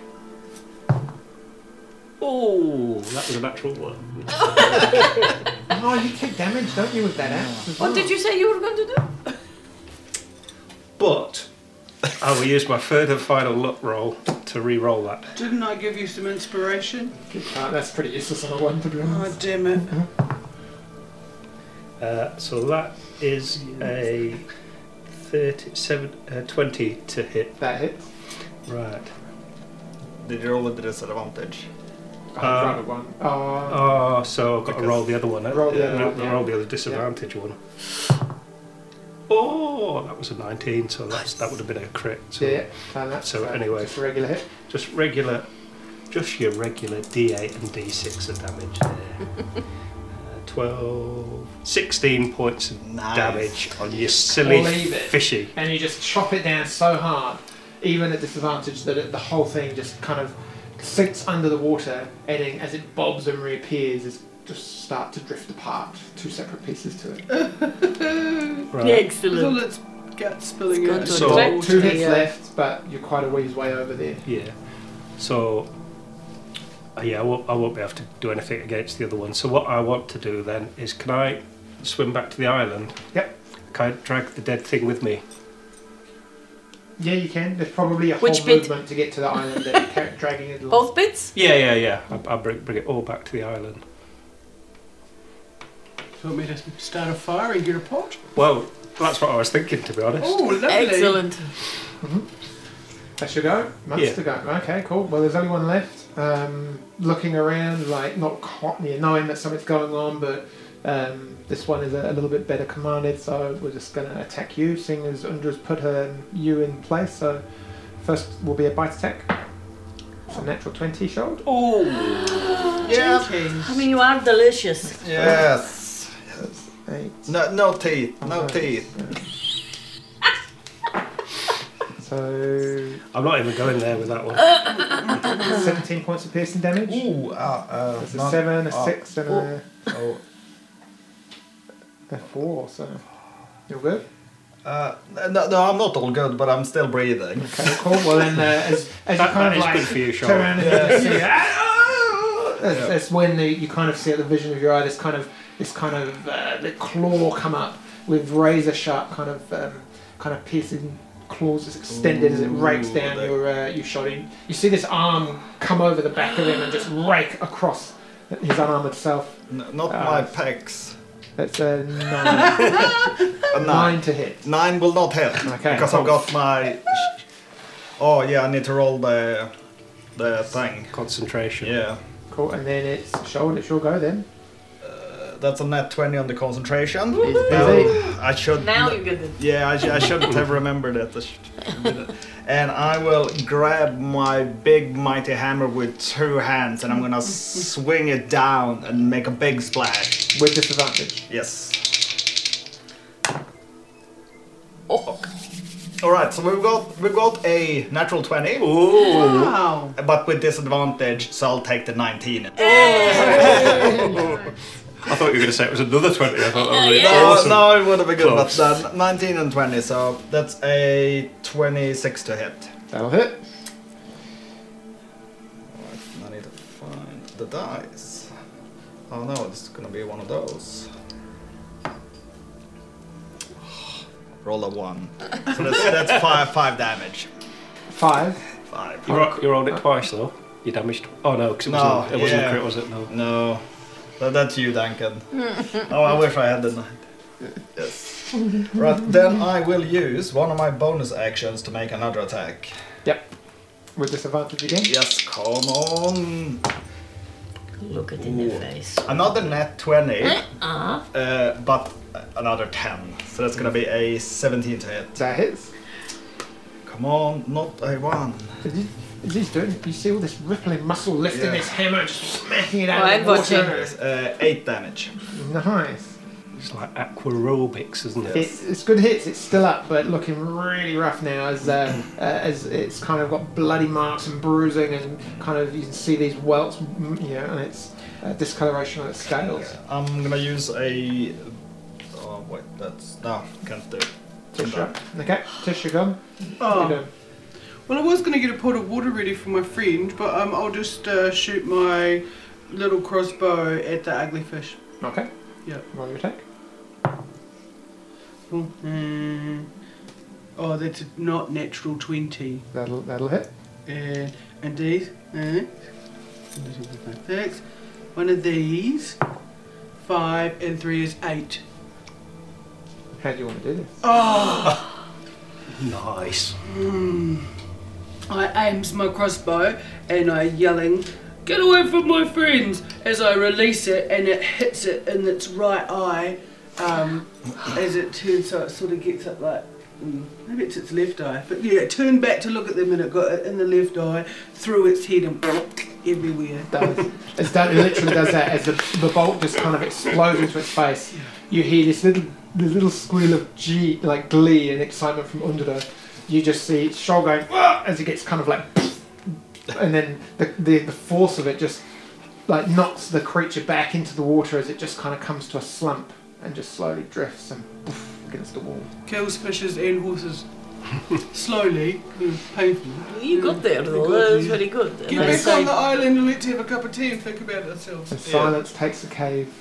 Oh, that was a natural one.
Oh, you take damage, don't you, with that axe? as
What
well?
did you say you were going to do?
But I will use my third and final luck roll to re-roll that.
Didn't I give you some inspiration?
Uh, that's pretty useless on a one, to be
Oh,
honest.
damn it.
Uh, so that is a 37, uh, 20 to
Oh,
hit.
That hits.
Right.
Did you roll with the disadvantage?
Um,
Oh, rather one.
uh,
Oh,
Oh, so I've got to roll the other one. eh?
Roll the other
Uh,
one, yeah.
roll the other disadvantage one. Oh, that was a 19, so that's, that would have been a crit. So
yeah. And that's,
so
uh,
anyway.
Just a regular hit.
Just regular, just your regular D8 and D6 of damage there. Uh, 12, 16 points of
Nice.
damage on your silly
Leave it.
fishy.
And you just chop it down so hard, even at disadvantage, that it, the whole thing just kind of sinks under the water, and then as it bobs and reappears, it just start to drift apart. Two separate pieces to it.
Right.
With all
Excellent.
its guts spilling
It's
out.
gone
to So-
attract-
Two hits
Yeah.
left, but you're quite a ways way over there.
Yeah. So, uh, yeah, I won't, I won't be able to do anything against the other one. So, what I want to do then is can I swim back to the island?
Yep.
Can I drag the dead thing with me?
Yeah, you can. There's probably a
Which
whole
bit?
movement to get to the island that you're ca- dragging it along.
Both bits?
Yeah, yeah, yeah. I- I'll bring, bring it all back to the island.
Do you want me to start a fire and get a pot?
Well, that's what I was thinking, to be honest.
Oh, lovely.
Excellent.
That's your go. Months
Yeah.
to go. Okay, cool. Well, there's only one left. Um, looking around, like not quite near knowing that something's going on, but um, this one is a, a little bit better commanded, so we're just going to attack you, seeing as Undra's put her you in place. So first will be a bite attack. It's a natural twenty shot.
Oh,
I mean, you are delicious.
Yes.
Eight.
No, no teeth. No
Okay.
teeth.
So
I'm not even going there with that one.
seventeen points of piercing damage.
Ooh. Uh, uh,
That's a
not-
seven, a
oh,
six, and a,
Oh.
a four. So you're good.
Uh, no, no, I'm not all good, but I'm still breathing.
Okay, cool. Well, then, uh, as, as you
That-
kind
that
of
is
like
good for you, Sean.
turn around and you see, "Ah!" that's, that's when the, you kind of see at the vision of your eye this kind of this kind of uh, the claw come up with razor sharp kind of um, kind of piercing claws that's extended as it rakes
Ooh,
down
that-
your uh, your shot. In you see this arm come over the back of him and just rake across his unarmored self.
N- not
Ah.
my pecs.
That's a nine,
A nine.
nine to hit.
Nine will not hit
Okay,
because
cool.
I've got my. Oh yeah, I need to roll the, the thing.
Concentration.
Yeah,
Cool, and then it's shoulder. It's your go then.
that's a net twenty on the concentration.
It's busy.
Well, I should.
Now you get it.
Yeah, I, sh- I shouldn't have remembered it. I should- did it. and I will grab my big mighty hammer with two hands, and I'm gonna swing it down and make a big splash.
with disadvantage.
Yes.
Oh,
All right, so we've got we've got a natural twenty.
Wow.
But with disadvantage, so I'll take the 19.
I thought you were going to say it was another 20. I thought
Uh,
that was really
No,
awesome.
no, it would have been good,
Close.
but uh, 19 and 20, so that's a 26 to hit.
That'll hit.
I need to find the dice. Oh no, it's gonna be one of those. Roll a one. So that's, that's five, five damage.
Five.
Five.
You, ro- you rolled it twice, though. You damaged. Oh, no, because it,
No,
wasn't, it wasn't
yeah.
a crit, was it? No.
No, that, that's you, Duncan. oh, I wish I had the nine. Yes. Right, then I will use one of my bonus actions to make another attack.
Yep. With disadvantage again.
Yes, come on.
Look it in the face.
Another net 20,
Ah,
uh, but another 10. So that's gonna be a 17 to hit.
That hits.
Come on, not a 1.
Did you- did you do it? You see all this rippling muscle lifting
Yeah.
this hammer, just smacking it out
Oh, I'm
of the water.
watching.
Uh, 8 damage.
Nice.
It's like aquarobics, isn't it?
It's, it's good hits. It's still up, but looking really rough now. As uh, uh, as it's kind of got bloody marks and bruising, and kind of you can see these welts, mm, you know, and it's uh, discoloration on its scales.
I'm gonna use a. Oh, wait, that's. No, can't do it.
Tissue, okay, tissue gone. What are you
Oh.
doing?
Well, I was going to get a pot of water ready for my friend, but um, I'll just uh, shoot my little crossbow at the ugly fish.
Okay.
Yeah.
Roll your attack.
Mm. Oh, that's a not natural 20.
That'll that'll hit.
And, and these. Uh, six. One of these. Five and three is eight.
How do you want to do this?
Oh.
Nice.
Mm. I aims my crossbow and I yelling, "Get away from my friends!" as I release it and it hits it in its right eye, um, as it turns so it sort of gets up like. mm, Maybe it's its left eye, but yeah, it turned back to look at them and it got it in the left eye, through its head and everywhere.
Does, it's done, it literally does that as the, the bolt just kind of explodes into its face. You hear this little the little squeal of G, like glee and excitement from under the. You just see its shoulder going "Wah!" as it gets kind of like, and then the, the the force of it just like knocks the creature back into the water as it just kind of comes to a slump and just slowly drifts and poof, against the wall.
Kills fishes and horses. Slowly, mm, painfully.
You got there though. That was very good. And
Get
I
back on
said,
the island and let's have a cup of tea and think about ourselves.
The silence takes the cave.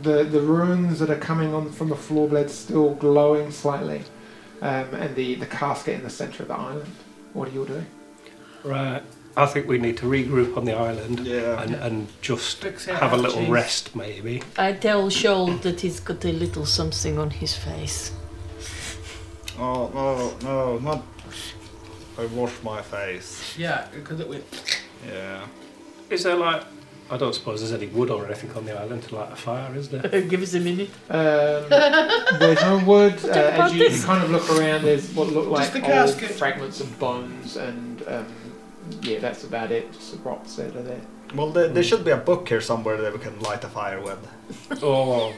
The the runes that are coming on from the floor blades still glowing slightly, um, and the, the casket in the centre of the island. What are you all doing?
Right. I think we need to regroup on the island
Yeah.
and, and just
Fix our
have a little
allergies.
rest, maybe.
I tell Shoal that he's got a little something on his face.
Oh, no, no, not. I washed my face.
Yeah, because it went.
Yeah.
Is there like I don't suppose there's any wood or anything on the island to light a fire, is there?
Give us a minute.
Um, there's no wood. Uh, as
about
you, you
this?
kind of look around, there's what look like
Just the
old
casket.
fragments of bones, and um, yeah, that's about it. Just the rocks that are there.
Well, there, there should be a book here somewhere that we can light a fire with.
Oh,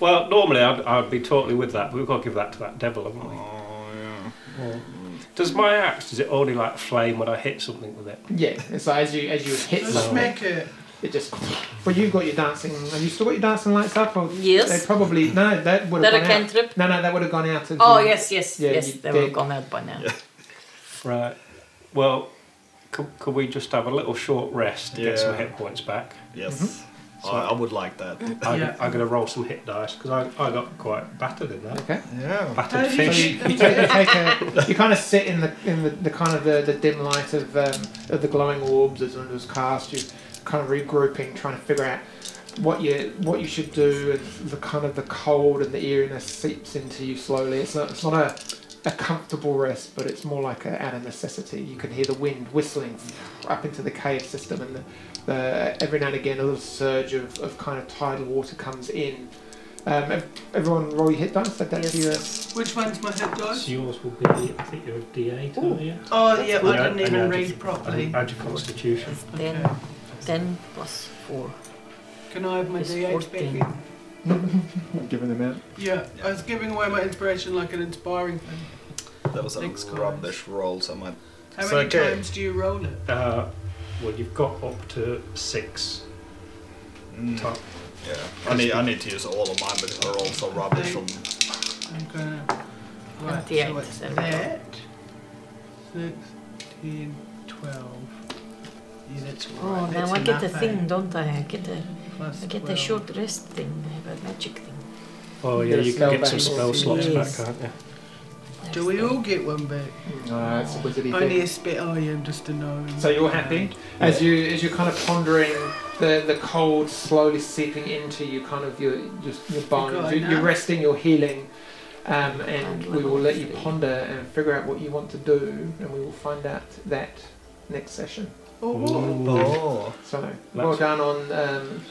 well, normally I'd, I'd be totally with that, but we've got to give that to that devil, haven't we?
Oh, yeah.
Does my axe, does it only like flame when I hit something with it?
Yeah, and so as you as you hit something,
Smack it.
it just. But you've got your dancing. Have you still got your dancing lights up? Or
Yes.
They probably no. That would have
That a
gone out.
cantrip?
No, no, that would have gone out. as
Oh,
you-
yes, yes,
Yeah,
yes.
you
They will
did.
come out by now.
Right. Well, could, could we just have a little short rest to get some
Yeah.
hit points back?
Yes. I, I would like that.
I'm,
Yeah.
I'm going to roll some hit dice because I, I got quite battered in that.
Okay.
Yeah.
Battered
How do you-
fish.
You, you take, you, take a, you kind of sit in the in the, the kind of the, the dim light of um, of the glowing orbs as it was cast. You kind of regrouping, trying to figure out what you what you should do. And the kind of the cold and the eeriness seeps into you slowly. It's not it's not a, a comfortable rest, but it's more like a, out of necessity. You can hear the wind whistling up into the cave system, and the, the, every now and again a little surge of, of kind of tidal water comes in. Um, ev- everyone, roll your hit dice. Add that to your
Which one's my hit dice?
So yours will be, I think you're a D8, aren't you?
Oh, yeah,
Yeah,
I didn't
and
even
add-
read properly.
And add your constitution.
Ten, ten plus 4.
Can I have my
It's
D8 back
14.
then?
I'm giving them out.
Yeah, I was giving away my inspiration like an inspiring thing.
That was a
Thanks, guys.
rubbish roll, so I might.
How
It's
many
okay.
times do you roll it?
Uh, well, you've got up to six.
Mm,
Top.
yeah. I need, I need to use all of mine because I rolled so rubbish on.
I'm gonna. Right, so
28,
it's
there we go.
that. 6, 10, 12. Yeah, that's all right.
Oh,
that's
now I get a
enough,
thing,
eh?
don't I? I get a,
Plus
I get a
12.
short rest thing, I have a magic thing.
Oh
You
yeah,
get a
you
spell
can get
back.
some spell slots
Yes.
back, can't you?
Do we all get one back?
No, Uh, it's a wizardy
Only a
thing.
spit. Oh, yeah, just a no.
So you're happy as you as you're kind of pondering the the cold slowly seeping into you, kind of your just your bones.
God,
You,
no.
you're resting, you're healing, um, and we will let you ponder and figure out what you want to do, and we will find out that next session.
Oh.
So well done on um,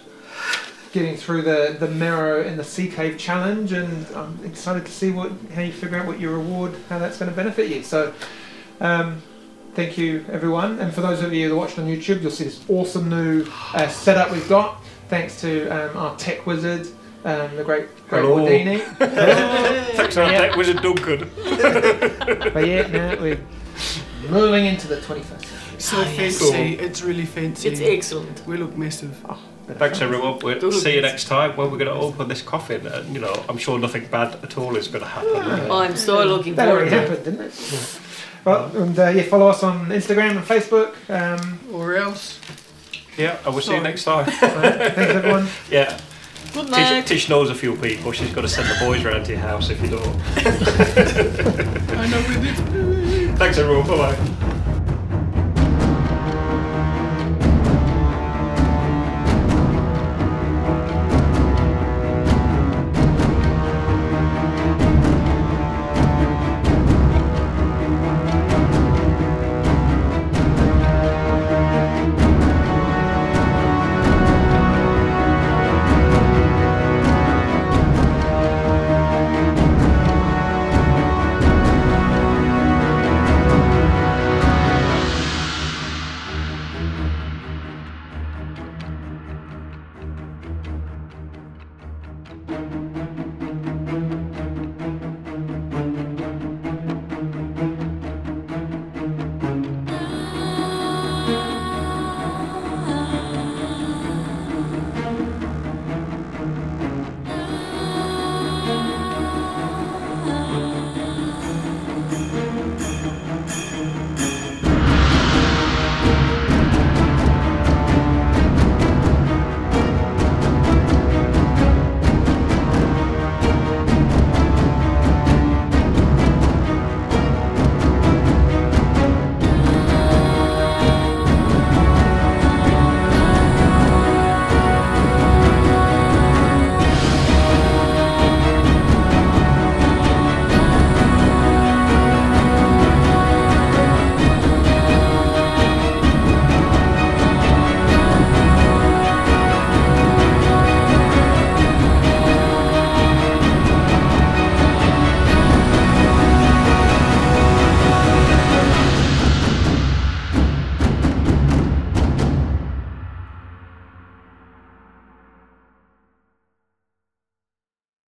getting through the, the marrow in the sea cave challenge, and I'm excited to see what how you figure out what your reward, how that's going to benefit you. So. Um, Thank you, everyone. And for those of you that watched on YouTube, you'll see this awesome new uh, setup we've got. Thanks to um, our tech wizard, um, the great great
Hello.
Wardini.
Thanks for
Yeah.
that, Wizard Duncan.
but yeah, now we're rolling into the 21st.
So
Oh, yes.
fancy. It's really fancy.
It's excellent.
we look massive.
Thanks everyone. We'll see you next time when we're going to open this coffin. And you know, I'm sure nothing bad at all is going to happen.
Oh,
Uh,
I'm so looking
That
forward
already
to it.
happened, didn't it? Well, and uh, yeah, follow us on Instagram and Facebook. Um,
Or else.
Yeah, and we'll see you next time.
thanks, everyone.
Yeah,
Good
Tish,
night.
Tish knows a few people. She's got to send the boys round to your house if you don't.
I know where this
Thanks everyone. Bye bye.